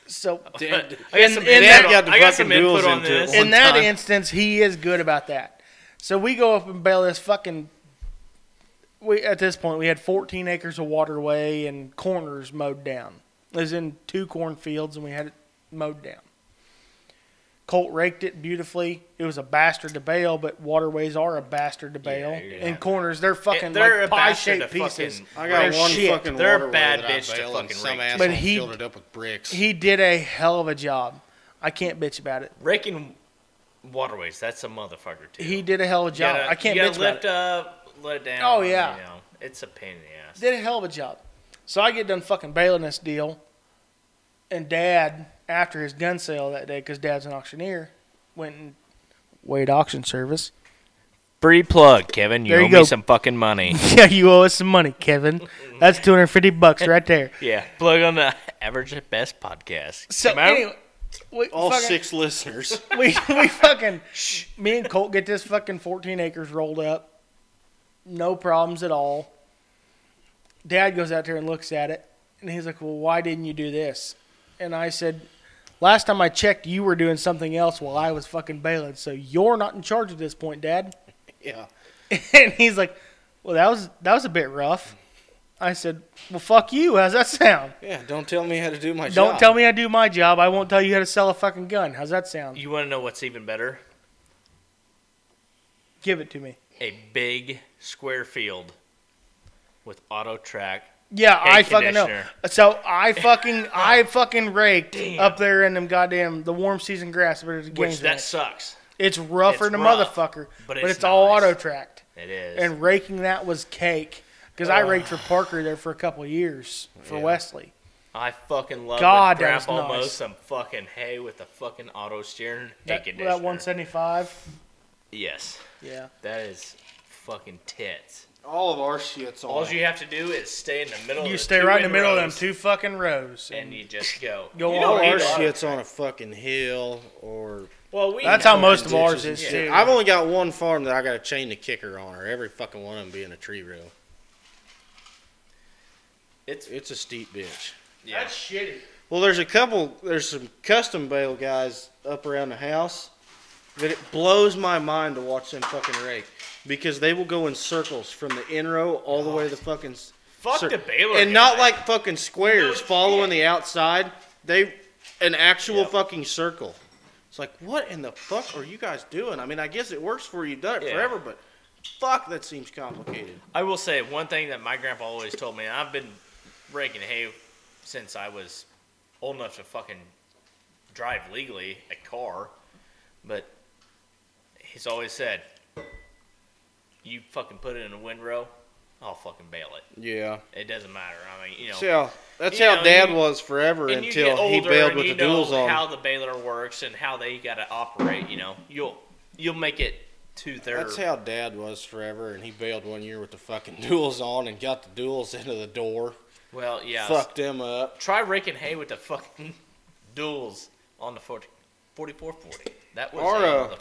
Speaker 1: So
Speaker 3: Dad,
Speaker 2: I got some
Speaker 1: and
Speaker 2: input
Speaker 1: that
Speaker 2: on-
Speaker 3: got the
Speaker 2: I got some
Speaker 3: fucking
Speaker 2: input
Speaker 3: duels
Speaker 2: on
Speaker 3: into it
Speaker 2: this.
Speaker 3: one
Speaker 1: in that
Speaker 3: time.
Speaker 1: instance, he is good about that. So we go up and bail this fucking. We at this point we had 14 acres of waterway and corners mowed down. It was in two cornfields and we had it mowed down. Colt raked it beautifully. It was a bastard to bail, but waterways are a bastard to bail.
Speaker 2: Yeah, you're gonna
Speaker 1: and
Speaker 2: have
Speaker 1: corners, they're fucking
Speaker 2: they're
Speaker 1: like
Speaker 2: a bastard
Speaker 1: pie-shaped
Speaker 2: to fucking-
Speaker 1: pieces.
Speaker 3: I got
Speaker 1: They're
Speaker 3: one
Speaker 1: shit.
Speaker 3: fucking
Speaker 2: Oh, They're a
Speaker 3: waterway
Speaker 2: bad
Speaker 3: that I
Speaker 2: bitch to
Speaker 3: bailed and
Speaker 2: fucking
Speaker 3: some
Speaker 2: rake.
Speaker 1: But
Speaker 3: asshole
Speaker 1: he-
Speaker 3: filled it up with bricks.
Speaker 1: He did a hell of a job. I can't bitch about it.
Speaker 2: Raking waterways, that's a motherfucker too.
Speaker 1: He did a hell of a
Speaker 2: You
Speaker 1: job.
Speaker 2: gotta-
Speaker 1: I can't
Speaker 2: you
Speaker 1: bitch about
Speaker 2: gotta
Speaker 1: it.
Speaker 2: lift up, let it down.
Speaker 1: Oh, yeah.
Speaker 2: You know, it's a pain in the ass.
Speaker 1: did a hell of a job. So I get done fucking bailing this deal, and Dad, after his gun sale that day, because Dad's an auctioneer, went and Wade Auction Service.
Speaker 2: Free plug, Kevin. You
Speaker 1: There you
Speaker 2: owe
Speaker 1: go.
Speaker 2: me some fucking money.
Speaker 1: yeah, you owe us some money, Kevin. That's two hundred fifty bucks right there.
Speaker 2: yeah, plug on the average at best podcast.
Speaker 1: So
Speaker 2: Come out-
Speaker 1: anyway, we
Speaker 3: All
Speaker 1: fucking,
Speaker 3: six listeners.
Speaker 1: we we fucking me and Colt get this fucking fourteen acres rolled up, no problems at all. Dad goes out there and looks at it, and he's like, "Well, why didn't you do this?" And I said, "Last time I checked, you were doing something else while I was fucking bailing, so you're not in charge at this point, Dad."
Speaker 3: yeah.
Speaker 1: And he's like, "Well, that was that was a bit rough." I said, "Well, fuck you. How's that sound?
Speaker 3: Yeah, don't tell me how to do my job.
Speaker 1: Don't tell me I do my job. I won't tell you how to sell a fucking gun. How's that sound?
Speaker 2: you want to know what's even better?
Speaker 1: Give it to me."
Speaker 2: A big square field with auto track.
Speaker 1: Yeah,
Speaker 2: Hay
Speaker 1: I fucking know.
Speaker 2: conditioner.
Speaker 1: So I fucking I fucking raked
Speaker 2: Damn.
Speaker 1: up there in them goddamn the warm season grass, but it's
Speaker 2: Which
Speaker 1: games.
Speaker 2: that sucks.
Speaker 1: it's rougher
Speaker 2: it's
Speaker 1: than a
Speaker 2: rough,
Speaker 1: motherfucker, but
Speaker 2: but
Speaker 1: it's,
Speaker 2: it's
Speaker 1: all
Speaker 2: nice.
Speaker 1: auto tracked.
Speaker 2: It is.
Speaker 1: And raking that was cake because I raked for Parker there for a couple years for
Speaker 3: Yeah.
Speaker 1: Wesley.
Speaker 2: I fucking love
Speaker 1: God,
Speaker 2: God,
Speaker 1: that was
Speaker 2: Grandpa almost
Speaker 1: nice.
Speaker 2: some fucking hay with the fucking auto steering hay
Speaker 1: That,
Speaker 2: conditioner.
Speaker 1: that one seventy five.
Speaker 2: Yes,
Speaker 1: Yeah.
Speaker 2: that is fucking tits.
Speaker 3: All of our shit's all.
Speaker 2: All you have to do is stay in the middle.
Speaker 1: You
Speaker 2: of the
Speaker 1: stay
Speaker 2: two
Speaker 1: right in the middle of them
Speaker 2: rows,
Speaker 1: two fucking rows.
Speaker 2: and you just go.
Speaker 1: Go
Speaker 2: you
Speaker 1: all
Speaker 2: don't
Speaker 3: all
Speaker 2: need
Speaker 3: our
Speaker 2: auto-
Speaker 3: shit's on a fucking hill or.
Speaker 2: Well, we
Speaker 1: That's
Speaker 2: know
Speaker 1: how most
Speaker 2: it.
Speaker 1: of ours is
Speaker 3: ditches and
Speaker 1: too.
Speaker 3: shit. I've only got one farm that I got to chain the kicker on, or every fucking one of them being a tree row.
Speaker 2: It's
Speaker 3: It's a steep bitch.
Speaker 2: yeah.
Speaker 1: shitty.
Speaker 3: Well, there's a couple. There's some custom bale guys up around the house that it blows my mind to watch them fucking rake because they will go in circles from the in row all the way to the fucking. s-
Speaker 2: Fuck
Speaker 3: cir-
Speaker 2: the Baylor
Speaker 3: and not
Speaker 2: guy.
Speaker 3: like fucking squares
Speaker 2: No
Speaker 3: following
Speaker 2: shit.
Speaker 3: the outside. They an actual
Speaker 2: Yep.
Speaker 3: fucking circle. It's like what in the fuck are you guys doing? I mean, I guess it works for you, you've done it
Speaker 2: Yeah.
Speaker 3: forever, but fuck, that seems complicated.
Speaker 2: I will say one thing that my grandpa always told me, and I've been raking hay since I was old enough to fucking drive legally a car, but he's always said, "You fucking put it in a windrow, I'll fucking bail it.
Speaker 3: Yeah.
Speaker 2: It doesn't matter. I mean, you know."
Speaker 3: That's how, that's
Speaker 2: You
Speaker 3: how
Speaker 2: know,
Speaker 3: Dad
Speaker 2: you-
Speaker 3: was forever
Speaker 2: and you get
Speaker 3: until
Speaker 2: older
Speaker 3: he bailed
Speaker 2: and
Speaker 3: with
Speaker 2: you
Speaker 3: the duels
Speaker 2: know
Speaker 3: on.
Speaker 2: how the baler works and how they got to operate. You know, you'll you'll make it to their.
Speaker 3: That's how Dad was forever, and he bailed one year with the fucking duels on and got the duels into the door.
Speaker 2: Well, yeah.
Speaker 3: Fuck them up.
Speaker 2: Try raking hay with the fucking duels on the 40, 4440. That was
Speaker 3: Or,
Speaker 2: a
Speaker 3: uh,
Speaker 2: motherfucker.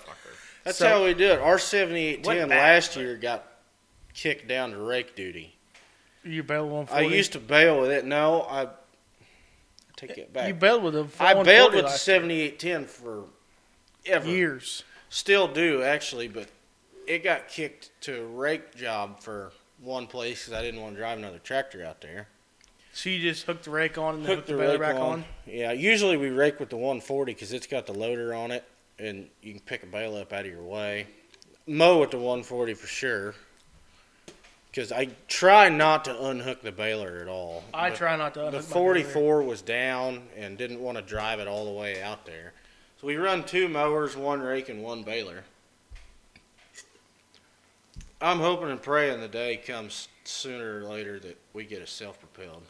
Speaker 3: That's
Speaker 1: So-
Speaker 3: how we do it. Our seventy-eight
Speaker 2: Went
Speaker 3: ten
Speaker 2: back,
Speaker 3: last
Speaker 2: but-
Speaker 3: year got kicked down to rake duty.
Speaker 1: You bailed one
Speaker 3: I
Speaker 1: forty.
Speaker 3: used to bail with it. No, I I take it back.
Speaker 1: You bailed with a
Speaker 3: I
Speaker 1: 140
Speaker 3: bailed with the
Speaker 1: last
Speaker 3: seventy-eight ten for ever.
Speaker 1: years.
Speaker 3: Still do actually, but it got kicked to a rake job for one place because I didn't want to drive another tractor out there.
Speaker 1: So you just hooked the rake on and then hooked the, baler back on.
Speaker 3: Yeah, usually we rake with the 140 because it's got the loader on it, and you can pick a bale up out of your way. Mow with the 140 for sure. Because I try not to unhook the baler at all.
Speaker 1: I
Speaker 3: But
Speaker 1: try not to.
Speaker 3: The
Speaker 1: unhook my baler.
Speaker 3: 44 was down and didn't want to drive it all the way out there. So we run two mowers, one rake, and one baler. I'm hoping and praying the day comes sooner or later that we get a self-propelled.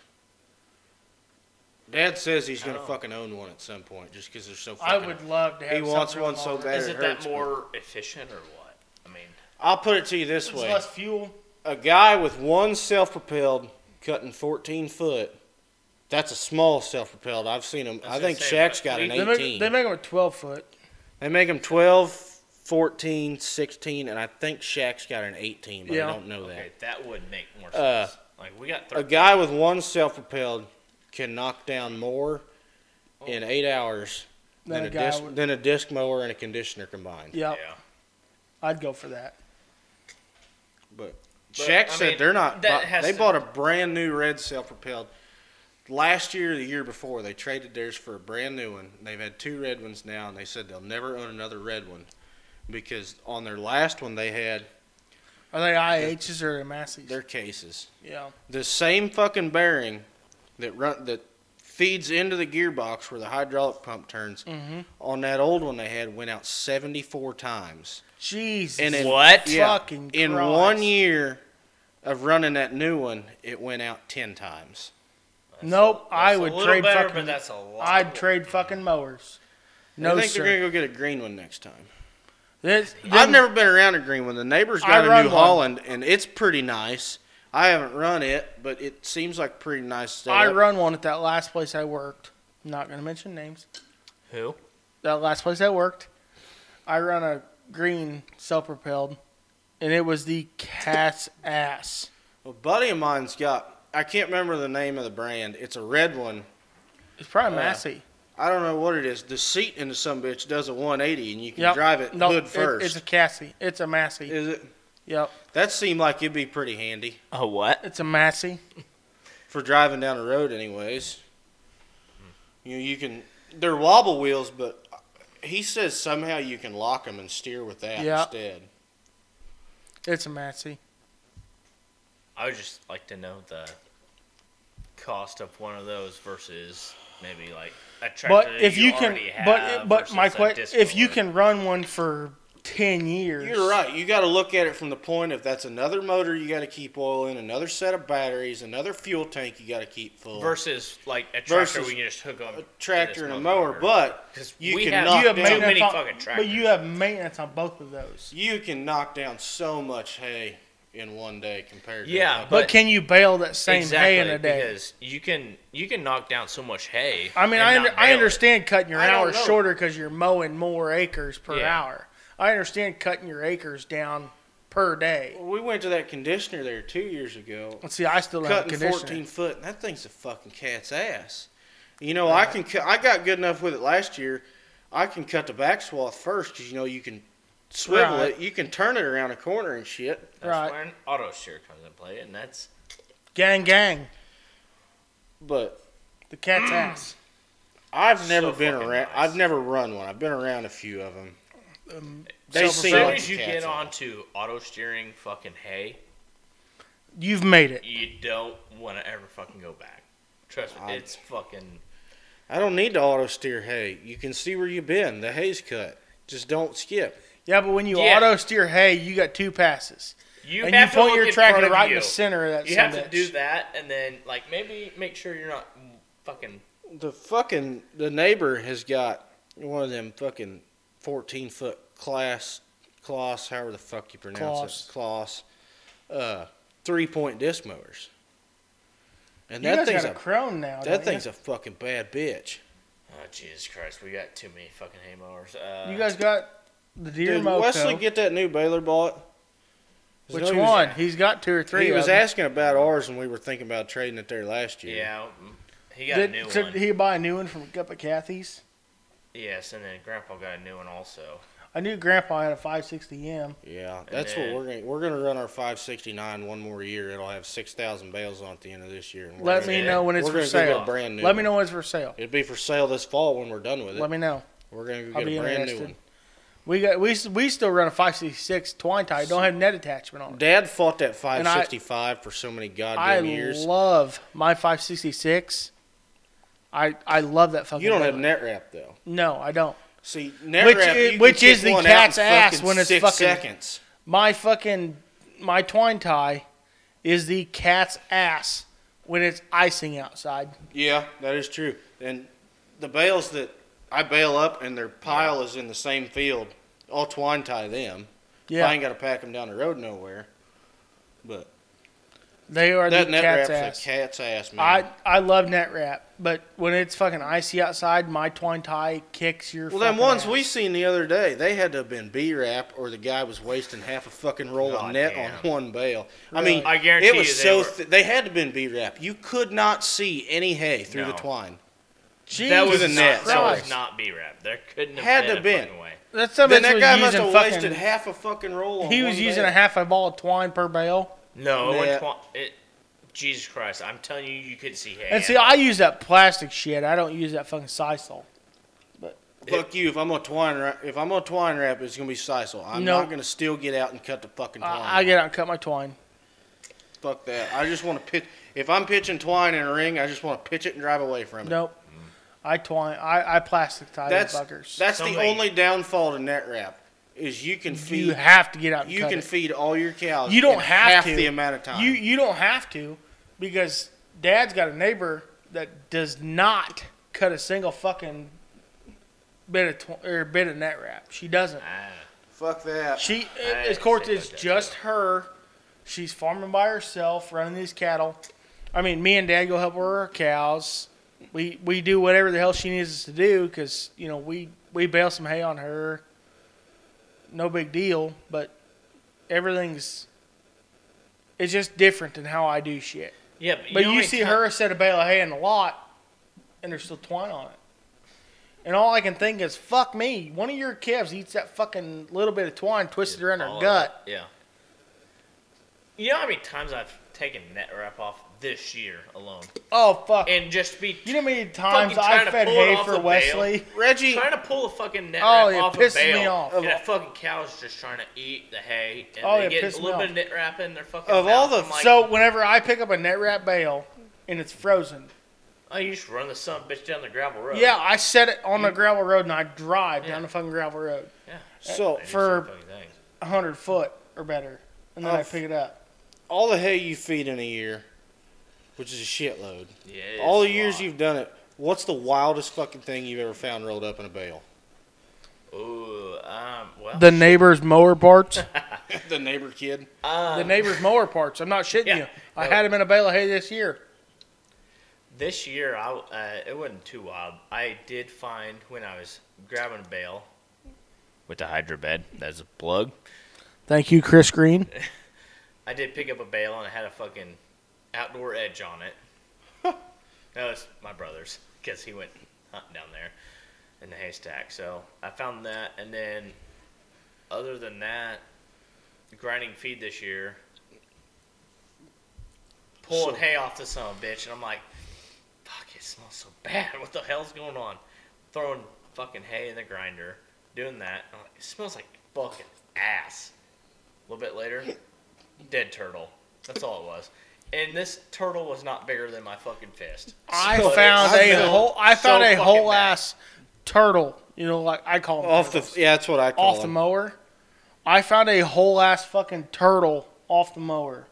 Speaker 3: Dad says he's gonna
Speaker 2: Oh.
Speaker 3: fucking own one at some point, just because they're so.
Speaker 1: I
Speaker 3: Fucking
Speaker 1: would love to have.
Speaker 3: He wants
Speaker 1: something
Speaker 3: one so
Speaker 1: longer.
Speaker 3: bad.
Speaker 2: Is
Speaker 3: it
Speaker 2: it that
Speaker 3: hurts, but-
Speaker 2: more efficient or what? I mean,
Speaker 3: I'll put it to you this
Speaker 1: It's
Speaker 3: way:
Speaker 1: less fuel.
Speaker 3: a guy with one self-propelled cutting 14 foot. That's a small self-propelled. I've seen him.
Speaker 2: I was
Speaker 3: I
Speaker 2: gonna
Speaker 3: think
Speaker 2: say,
Speaker 3: Shaq's
Speaker 2: but
Speaker 3: got
Speaker 2: we-
Speaker 3: an
Speaker 1: They
Speaker 3: 18.
Speaker 1: make, they make them a twelve foot.
Speaker 3: They make them 12, 14, 16, and I think Shaq's got an 18, but
Speaker 1: Yeah.
Speaker 3: I don't know that.
Speaker 2: okay, that would make more
Speaker 3: Uh,
Speaker 2: sense. like, we got
Speaker 3: A
Speaker 2: 13.
Speaker 3: guy with one self propelled can knock down more in eight hours
Speaker 1: Than
Speaker 3: than,
Speaker 1: a
Speaker 3: a,
Speaker 1: guy
Speaker 3: disc,
Speaker 1: with-
Speaker 3: than a disc mower and a conditioner combined.
Speaker 1: Yeah,
Speaker 2: Yeah.
Speaker 1: I'd go for that.
Speaker 3: But,
Speaker 2: But,
Speaker 3: Shaq
Speaker 2: I
Speaker 3: said
Speaker 2: mean,
Speaker 3: they're not.
Speaker 2: that
Speaker 3: bu-
Speaker 2: has
Speaker 3: they
Speaker 2: to-
Speaker 3: bought a brand new red self propelled. Last year, or the year before, they traded theirs for a brand new one. They've had two red ones now, and they said they'll never own another red one because on their last one they had
Speaker 1: Are they IHs or Massey's?
Speaker 3: their cases.
Speaker 1: yeah.
Speaker 3: the same fucking bearing that run that feeds into the gearbox where the hydraulic pump turns
Speaker 2: Mm.
Speaker 1: Mhm.
Speaker 3: on that old one they had went out 74 times
Speaker 1: Jesus.
Speaker 3: and in,
Speaker 2: What?
Speaker 3: yeah,
Speaker 1: Fucking
Speaker 3: in
Speaker 1: Christ.
Speaker 3: one year of running that new one it went out 10 times
Speaker 2: That's
Speaker 1: Nope,
Speaker 2: a-
Speaker 1: I
Speaker 2: that's a
Speaker 1: would
Speaker 2: little
Speaker 1: trade
Speaker 2: better,
Speaker 1: fucking-
Speaker 2: But that's a lot.
Speaker 1: I'd trade fucking mowers. No
Speaker 3: i think
Speaker 1: sir.
Speaker 3: they're gonna go get a green one next time
Speaker 1: This-
Speaker 3: i've
Speaker 1: them-
Speaker 3: never been around a green one the neighbor's
Speaker 1: I
Speaker 3: got a
Speaker 1: run
Speaker 3: new
Speaker 1: one.
Speaker 3: holland and it's pretty nice i haven't run it but it seems like a pretty nice
Speaker 1: I
Speaker 3: setup.
Speaker 1: run one at that last place I worked. Not gonna mention names.
Speaker 2: Who?
Speaker 1: That last place I worked, I run a green self-propelled, and it was the cat's ass.
Speaker 3: a buddy of mine's got i can't remember the name of the brand it's a red one
Speaker 1: It's probably
Speaker 3: Uh,
Speaker 1: Massey.
Speaker 3: I don't know what it is. The seat in the some bitch does a 180, and you can
Speaker 1: Yep.
Speaker 3: drive it
Speaker 1: No,
Speaker 3: hood
Speaker 1: it-
Speaker 3: first.
Speaker 1: it's a Cassie. It's a Massey.
Speaker 3: is it?
Speaker 1: yep,
Speaker 3: That seemed like it'd be pretty handy
Speaker 2: A what?
Speaker 1: it's a Massey.
Speaker 3: for driving down the road, anyways. You know, you can. They're wobble wheels, but he says somehow you can lock them and steer with that
Speaker 1: Yeah.
Speaker 3: instead.
Speaker 1: It's a Massey.
Speaker 2: I would just like to know the cost of one of those versus maybe like a tractor.
Speaker 1: But
Speaker 2: that
Speaker 1: if you, can,
Speaker 2: already have
Speaker 1: but but
Speaker 2: versus
Speaker 1: my
Speaker 2: a
Speaker 1: question,
Speaker 2: disc
Speaker 1: if you
Speaker 2: mower.
Speaker 1: can run one for ten years,
Speaker 3: You're right. You got to look at it from the point of that's another motor you got to keep oil in, another set of batteries, another fuel tank you got to keep full.
Speaker 2: versus like a tractor
Speaker 3: Versus
Speaker 2: we can just hook on
Speaker 3: a tractor and a mower, but
Speaker 2: because
Speaker 3: you
Speaker 2: we
Speaker 3: can
Speaker 2: have,
Speaker 3: knock
Speaker 2: you
Speaker 3: You
Speaker 2: have
Speaker 3: have
Speaker 2: too
Speaker 3: maintenance
Speaker 2: many
Speaker 1: on-
Speaker 2: fucking tractors.
Speaker 1: but you have maintenance on both of those.
Speaker 3: you can knock down so much hay in one day compared to
Speaker 2: Yeah,
Speaker 3: a
Speaker 1: But,
Speaker 2: But-
Speaker 1: can you bale that same
Speaker 2: exactly
Speaker 1: hay in a day?
Speaker 2: because you can you can knock down so much hay.
Speaker 1: I mean,
Speaker 2: and
Speaker 1: I
Speaker 2: not
Speaker 1: under, I
Speaker 2: bale it.
Speaker 1: understand cutting your
Speaker 3: I don't
Speaker 1: hours
Speaker 3: know.
Speaker 1: shorter because you're mowing more acres per
Speaker 2: Yeah.
Speaker 1: hour. I understand cutting your acres down per day.
Speaker 3: Well, we went to that conditioner there two years ago,
Speaker 1: Let's see, I still have a
Speaker 3: cutting
Speaker 1: conditioner.
Speaker 3: 14 foot, and that thing's a fucking cat's ass. You know, I can cut, I got good enough with it last year. I can cut the back swath first because you know you can swivel
Speaker 1: Right.
Speaker 3: it, you can turn it around a corner and shit.
Speaker 2: That's
Speaker 1: Right.
Speaker 2: when auto steer comes in play, and that's
Speaker 1: Gang, gang,
Speaker 3: But
Speaker 1: the
Speaker 2: Mm.
Speaker 1: cat's ass.
Speaker 3: I've
Speaker 2: So
Speaker 3: never been
Speaker 2: fucking
Speaker 3: around.
Speaker 2: nice.
Speaker 3: I've never run one. I've been around a few of them.
Speaker 1: Um,
Speaker 3: They
Speaker 1: self-
Speaker 2: as
Speaker 3: seem
Speaker 2: soon
Speaker 3: like
Speaker 2: as
Speaker 3: a
Speaker 2: you
Speaker 3: cat's
Speaker 2: get
Speaker 3: ass.
Speaker 2: onto auto steering fucking hay,
Speaker 1: You've made it.
Speaker 2: you don't want to ever fucking go back. Trust me,
Speaker 3: I-
Speaker 2: it's fucking.
Speaker 3: I don't need to auto steer hay. You can see where you've been. The hay's cut. Just don't skip.
Speaker 1: Yeah, but when you
Speaker 2: Yeah.
Speaker 1: auto steer hay, you got two passes,
Speaker 2: You
Speaker 1: and you
Speaker 2: have to
Speaker 1: point
Speaker 2: look
Speaker 1: your
Speaker 2: in
Speaker 1: tractor
Speaker 2: front of
Speaker 1: right
Speaker 2: you.
Speaker 1: in the center of that.
Speaker 2: You have to
Speaker 1: sumbitch.
Speaker 2: do that, and then like maybe make sure you're not fucking.
Speaker 3: The fucking the neighbor has got one of them fucking fourteen foot class class, however the fuck you pronounce it, class, uh, three point disc mowers. And
Speaker 1: You
Speaker 3: that
Speaker 1: guys
Speaker 3: thing's
Speaker 1: got
Speaker 3: a
Speaker 1: a crone now.
Speaker 3: that
Speaker 1: don't you?
Speaker 3: thing's a fucking bad bitch.
Speaker 2: Oh Jesus Christ, we got too many fucking hay mowers. Uh,
Speaker 1: You guys got the deer
Speaker 3: Did
Speaker 1: moco.
Speaker 3: Wesley get that new Baylor bought?
Speaker 1: Which
Speaker 3: No, he was-
Speaker 1: one? He's got two or three.
Speaker 3: He
Speaker 1: of
Speaker 3: was
Speaker 1: them.
Speaker 3: asking about ours, and we were thinking about trading it there last year.
Speaker 2: yeah, mm, he got
Speaker 1: Did,
Speaker 2: a new
Speaker 1: so
Speaker 2: one.
Speaker 1: did he buy a new one from up at Kathy's?
Speaker 2: yes, and then Grandpa got a new one also.
Speaker 1: I knew Grandpa had a 560M.
Speaker 3: Yeah, that's what
Speaker 2: then-
Speaker 3: we're gonna we're gonna run our 569 one more year. It'll have six thousand bales on at the end of this year. And we're
Speaker 1: Let
Speaker 3: gonna
Speaker 1: me
Speaker 2: get-
Speaker 1: know when it's
Speaker 3: we're
Speaker 1: for
Speaker 3: gonna go
Speaker 1: sale.
Speaker 3: get a brand new.
Speaker 1: Let me know when it's for sale.
Speaker 3: It'd be for sale this fall when we're done with it.
Speaker 1: Let me know.
Speaker 3: we're gonna go
Speaker 1: I'll
Speaker 3: get a
Speaker 1: be
Speaker 3: brand new
Speaker 1: interested.
Speaker 3: one.
Speaker 1: We got we s- we still run a 566 twine tie. Don't have net attachment on it.
Speaker 3: Dad fought that
Speaker 1: And I-
Speaker 3: 565 for so many
Speaker 1: I
Speaker 3: goddamn years.
Speaker 1: love my 566. I I love that fucking.
Speaker 3: you don't
Speaker 1: boat.
Speaker 3: have net wrap though.
Speaker 1: No, I don't.
Speaker 3: See, net
Speaker 1: Which
Speaker 3: wrap,
Speaker 1: i-
Speaker 3: you can
Speaker 1: which
Speaker 3: kick
Speaker 1: is the
Speaker 3: one out in
Speaker 1: cat's ass
Speaker 3: fucking
Speaker 1: when it's
Speaker 3: six
Speaker 1: fucking-
Speaker 3: seconds.
Speaker 1: My fucking my twine tie is the cat's ass when it's icing outside.
Speaker 3: Yeah, that is true. And the bales that I bail up and their pile is in the same field, I'll twine tie them.
Speaker 1: Yeah,
Speaker 3: I ain't got to pack them down the road nowhere. But
Speaker 1: they are
Speaker 3: that
Speaker 1: the
Speaker 3: net
Speaker 1: cat's
Speaker 3: wrap's
Speaker 1: ass.
Speaker 3: a cat's ass, man.
Speaker 1: I I love net wrap, but when it's fucking icy outside, my twine tie kicks your.
Speaker 3: well, them
Speaker 1: fucking
Speaker 3: ones
Speaker 1: ass.
Speaker 3: we seen the other day, they had to have been B wrap, or the guy was wasting half a fucking roll of
Speaker 2: God
Speaker 3: net
Speaker 2: damn.
Speaker 3: on one bale. I
Speaker 1: Really?
Speaker 3: mean,
Speaker 2: I guarantee
Speaker 3: it was
Speaker 2: you they
Speaker 3: so
Speaker 2: were-
Speaker 3: thi- they had to been B wrap. You could not see any hay through the
Speaker 2: No.
Speaker 3: twine.
Speaker 2: that
Speaker 1: Jesus
Speaker 2: was
Speaker 3: the net,
Speaker 2: not, that
Speaker 1: Christ.
Speaker 2: was not B rap. There couldn't have
Speaker 3: Had
Speaker 2: been
Speaker 3: to
Speaker 2: a
Speaker 3: been.
Speaker 2: fucking way.
Speaker 1: That's somebody
Speaker 3: then that guy must
Speaker 1: using
Speaker 3: have
Speaker 1: fucking,
Speaker 3: wasted half a fucking roll. On
Speaker 1: He was
Speaker 3: one
Speaker 1: using
Speaker 3: bale.
Speaker 1: a half a ball of twine per bale.
Speaker 2: No, it
Speaker 3: Net.
Speaker 2: went twi- it, Jesus Christ, I'm telling you, you couldn't see hay.
Speaker 1: And see, I use that plastic shit. I don't use that fucking sisal.
Speaker 3: Fuck you! If I'm gonna twine wrap, if I'm gonna twine wrap, it's gonna be sisal. I'm
Speaker 1: No.
Speaker 3: not gonna still get out and cut the fucking twine.
Speaker 1: I, I get out and cut my twine.
Speaker 3: Fuck that! I just want to pitch. If I'm pitching twine in a ring, I just want to pitch it and drive away from it.
Speaker 1: Nope. I twine. I, I plastic tie
Speaker 3: that's
Speaker 1: the buggers.
Speaker 3: that's the
Speaker 2: Somebody-
Speaker 3: only downfall to net wrap is you can feed
Speaker 1: you
Speaker 3: you,
Speaker 1: have to get out. And cut
Speaker 3: can
Speaker 1: it.
Speaker 3: feed all your cows.
Speaker 1: You don't
Speaker 3: in
Speaker 1: have
Speaker 3: half
Speaker 1: to.
Speaker 3: the amount of time.
Speaker 1: You you don't have to because Dad's got a neighbor that does not cut a single fucking bit of tw- or bit of net wrap. She doesn't.
Speaker 2: Ah,
Speaker 3: Fuck that!
Speaker 1: She
Speaker 2: I
Speaker 1: of course
Speaker 2: see what
Speaker 1: it's
Speaker 2: that
Speaker 1: just her. She's farming by herself, running these cattle. I mean, me and Dad go help her with her cows. We we do whatever the hell she needs us to do because you know we we bail some hay on her. No big deal, but everything's it's just different than how I do shit.
Speaker 2: yeah, but you,
Speaker 1: But
Speaker 2: know
Speaker 1: you,
Speaker 2: how many
Speaker 1: see
Speaker 2: ti-
Speaker 1: her set a bale of hay in the lot, and there's still twine on it. And all I can think is, fuck me. One of your calves eats that fucking little bit of twine twisted around her
Speaker 2: All
Speaker 1: gut.
Speaker 2: of it, Yeah. You know how many times I've taken net wrap off this year alone,
Speaker 1: Oh fuck!
Speaker 2: and just be
Speaker 1: you know how many
Speaker 2: fucking
Speaker 1: times
Speaker 2: trying
Speaker 1: I
Speaker 2: to
Speaker 1: fed
Speaker 2: pull it
Speaker 1: hay
Speaker 2: off
Speaker 1: for
Speaker 2: the bale.
Speaker 1: Wesley?
Speaker 3: Reggie,
Speaker 2: trying to pull a fucking net
Speaker 1: Oh,
Speaker 2: wrap
Speaker 1: it
Speaker 2: off
Speaker 1: pisses
Speaker 2: a bale,
Speaker 1: me off.
Speaker 2: and that fucking cow's just trying to eat the hay, and
Speaker 1: Oh,
Speaker 2: they
Speaker 1: it
Speaker 2: get
Speaker 1: pissed
Speaker 2: a
Speaker 1: me
Speaker 2: little
Speaker 1: off.
Speaker 2: bit of net wrap in their fucking.
Speaker 3: Of all
Speaker 2: mouth.
Speaker 3: the-
Speaker 2: I'm like,
Speaker 1: so whenever I pick up a net wrap bale and it's frozen,
Speaker 2: oh, you just run the son bitch down the gravel road.
Speaker 1: yeah, I set it on the gravel road and I drive
Speaker 2: Yeah.
Speaker 1: down the fucking gravel road,
Speaker 2: yeah.
Speaker 3: so
Speaker 2: They do
Speaker 1: For-
Speaker 2: some fucking things.
Speaker 1: hundred foot or better, and then
Speaker 3: Oh,
Speaker 1: I
Speaker 3: f-
Speaker 1: pick it up.
Speaker 3: all the hay you feed in a year, which is a shitload.
Speaker 2: Yeah, it's
Speaker 3: all the
Speaker 2: a
Speaker 3: years
Speaker 2: lot.
Speaker 3: you've done it, what's the wildest fucking thing you've ever found rolled up in a bale?
Speaker 2: Ooh, um, well,
Speaker 1: The neighbor's mower parts.
Speaker 3: the neighbor kid.
Speaker 2: uh,
Speaker 1: the neighbor's mower parts. I'm not shitting
Speaker 2: Yeah.
Speaker 1: you. I
Speaker 2: Oh.
Speaker 1: had him in a bale of hay this year.
Speaker 2: this year I uh, it wasn't too wild. I did find when I was grabbing a bale with the hydro bed. That's a plug.
Speaker 1: Thank you, Chris Green.
Speaker 2: I did pick up a bale and it had a fucking outdoor edge on it. that was my brother's because he went hunting down there in the haystack. So I found that, and then other than that, grinding feed this year, pulling hay off the son of a bitch, and I'm like, fuck, it smells so bad. What the hell's going on? Throwing fucking hay in the grinder, doing that. I'm like, it smells like fucking ass. A little bit later, dead turtle. That's all it was. And this turtle was not bigger than my fucking fist.
Speaker 1: I
Speaker 3: So-
Speaker 1: found
Speaker 3: I
Speaker 1: a
Speaker 3: feel
Speaker 1: whole. I
Speaker 2: so
Speaker 1: found a
Speaker 2: fucking
Speaker 1: whole
Speaker 2: bad.
Speaker 1: ass turtle. You know, like I call them
Speaker 3: Off the
Speaker 1: turtles.
Speaker 3: yeah, that's what I call
Speaker 1: off the
Speaker 3: them.
Speaker 1: mower. I found a whole ass fucking turtle off the mower.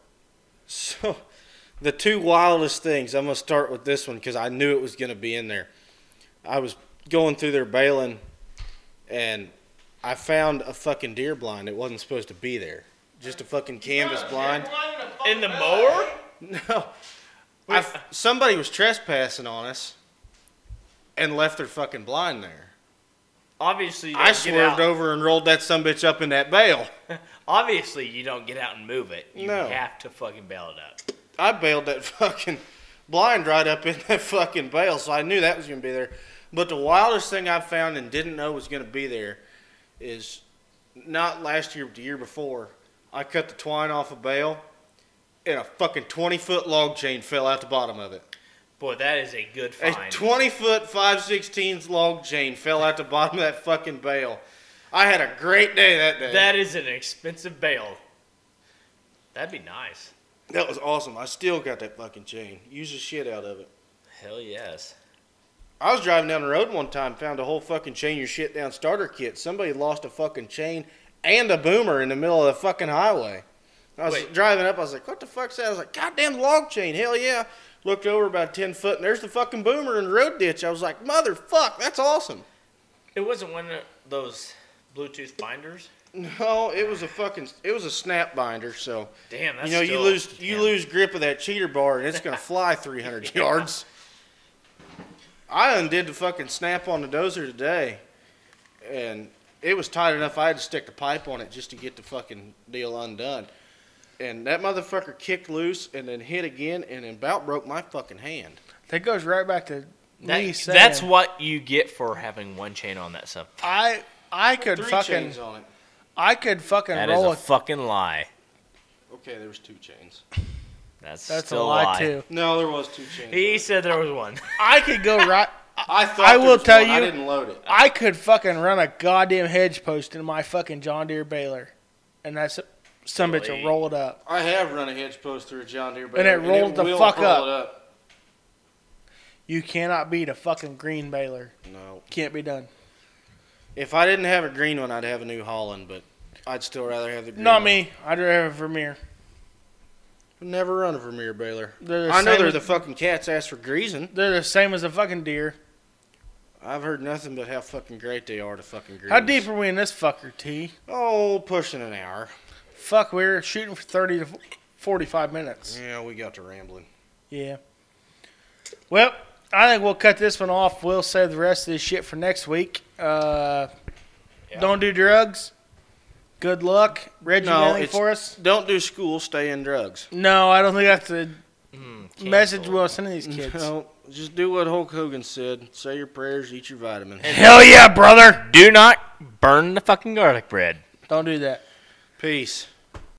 Speaker 3: So, the two wildest things. I'm gonna start with this one because I knew it was gonna be in there. I was going through their baling, and I found a fucking deer blind. It wasn't supposed to be there. Just a fucking canvas blind.
Speaker 2: In the mower?
Speaker 3: No, I, somebody was trespassing on us and left their fucking blind there.
Speaker 2: Obviously, you don't
Speaker 3: I
Speaker 2: get
Speaker 3: swerved
Speaker 2: out-
Speaker 3: over and rolled that sumbitch up in that bale.
Speaker 2: Obviously, you don't get out and move it. You
Speaker 3: No.
Speaker 2: have to fucking bail it up.
Speaker 3: I bailed that fucking blind right up in that fucking bale, so I knew that was gonna be there. But the wildest thing I found and didn't know was gonna be there is not last year, but the year before. I cut the twine off a bale, and a fucking twenty foot log chain fell out the bottom of it.
Speaker 2: Boy, that is a good
Speaker 3: A
Speaker 2: find.
Speaker 3: twenty foot five sixteenths log chain fell out the bottom of that fucking bale. I had a great day that day.
Speaker 2: that is an expensive bail. That'd be nice.
Speaker 3: that was awesome. I still got that fucking chain. Use the shit out of it.
Speaker 2: Hell yes.
Speaker 3: I was driving down the road one time, found a whole fucking chain your shit down starter kit. Somebody lost a fucking chain and a boomer in the middle of the fucking highway. I was
Speaker 2: Wait.
Speaker 3: driving up, I was like, what the fuck's that? I was like, goddamn log chain, hell yeah. Looked over about 10 foot, and there's the fucking boomer in the road ditch. I was like, motherfuck, that's awesome.
Speaker 2: It wasn't one of those Bluetooth binders.
Speaker 3: No, it was a fucking, it was a snap binder, so.
Speaker 2: Damn, that's
Speaker 3: you know, you
Speaker 2: still-
Speaker 3: lose, you
Speaker 2: damn.
Speaker 3: lose grip of that cheater bar, and it's going to fly 300 yards. I undid the fucking snap on the dozer today, and it was tight enough I had to stick the pipe on it just to get the fucking deal undone. And that motherfucker kicked loose and then hit again and then about broke my fucking hand.
Speaker 1: That goes right back to
Speaker 2: That-
Speaker 1: me saying
Speaker 2: that's what you get for having one chain on that sub.
Speaker 1: I I could fucking
Speaker 3: on it.
Speaker 1: I could fucking
Speaker 2: That is
Speaker 1: roll
Speaker 2: a
Speaker 1: a
Speaker 2: fucking lie.
Speaker 3: Okay, there was two chains.
Speaker 2: That's,
Speaker 1: that's a
Speaker 2: still
Speaker 1: lie too.
Speaker 3: No, there was two chains.
Speaker 2: He said there was one.
Speaker 1: I could go right.
Speaker 3: I thought
Speaker 1: I
Speaker 3: there
Speaker 1: will
Speaker 3: was
Speaker 1: tell
Speaker 3: one. I
Speaker 1: you-
Speaker 3: didn't load it.
Speaker 1: I could fucking run a goddamn hedge post in my fucking John Deere baler, and that's some bitch
Speaker 2: Really?
Speaker 1: will roll it up.
Speaker 3: I have run a hedge post through a John Deere,
Speaker 1: And it
Speaker 3: barrel,
Speaker 1: rolled the
Speaker 3: will
Speaker 1: fuck
Speaker 3: roll
Speaker 1: up.
Speaker 3: it up.
Speaker 1: You cannot beat a fucking green baler.
Speaker 3: No,
Speaker 1: Can't be done.
Speaker 3: If I didn't have a green one, I'd have a New Holland, but I'd still rather have the green
Speaker 1: Not
Speaker 3: one.
Speaker 1: me. I'd rather have a Vermeer.
Speaker 3: Never run a Vermeer Baylor.
Speaker 1: They're the
Speaker 3: I know
Speaker 1: same
Speaker 3: they're
Speaker 1: as-
Speaker 3: the fucking cat's ass for greasing.
Speaker 1: They're the same as a fucking deer.
Speaker 3: I've heard nothing but how fucking great they are to fucking grease.
Speaker 1: How deep are we in this fucker, T?
Speaker 3: Oh, pushing an hour.
Speaker 1: Fuck, we're shooting for thirty to forty-five minutes.
Speaker 3: Yeah, we got to rambling.
Speaker 1: Yeah. Well, I think we'll cut this one off. We'll save the rest of this shit for next week. Uh,
Speaker 2: Yeah.
Speaker 1: Don't do drugs. Good luck, Reggie.
Speaker 3: No,
Speaker 1: anything
Speaker 3: it's-
Speaker 1: for us?
Speaker 3: Don't do school, stay in drugs.
Speaker 1: No, I don't think that's the
Speaker 2: Mm,
Speaker 1: message
Speaker 2: cancel.
Speaker 1: we'll send to these kids.
Speaker 3: No, just do what Hulk Hogan said. Say your prayers, eat your vitamins.
Speaker 1: Hell yeah, brother!
Speaker 2: Do not burn the fucking garlic bread.
Speaker 1: Don't do that.
Speaker 3: Peace.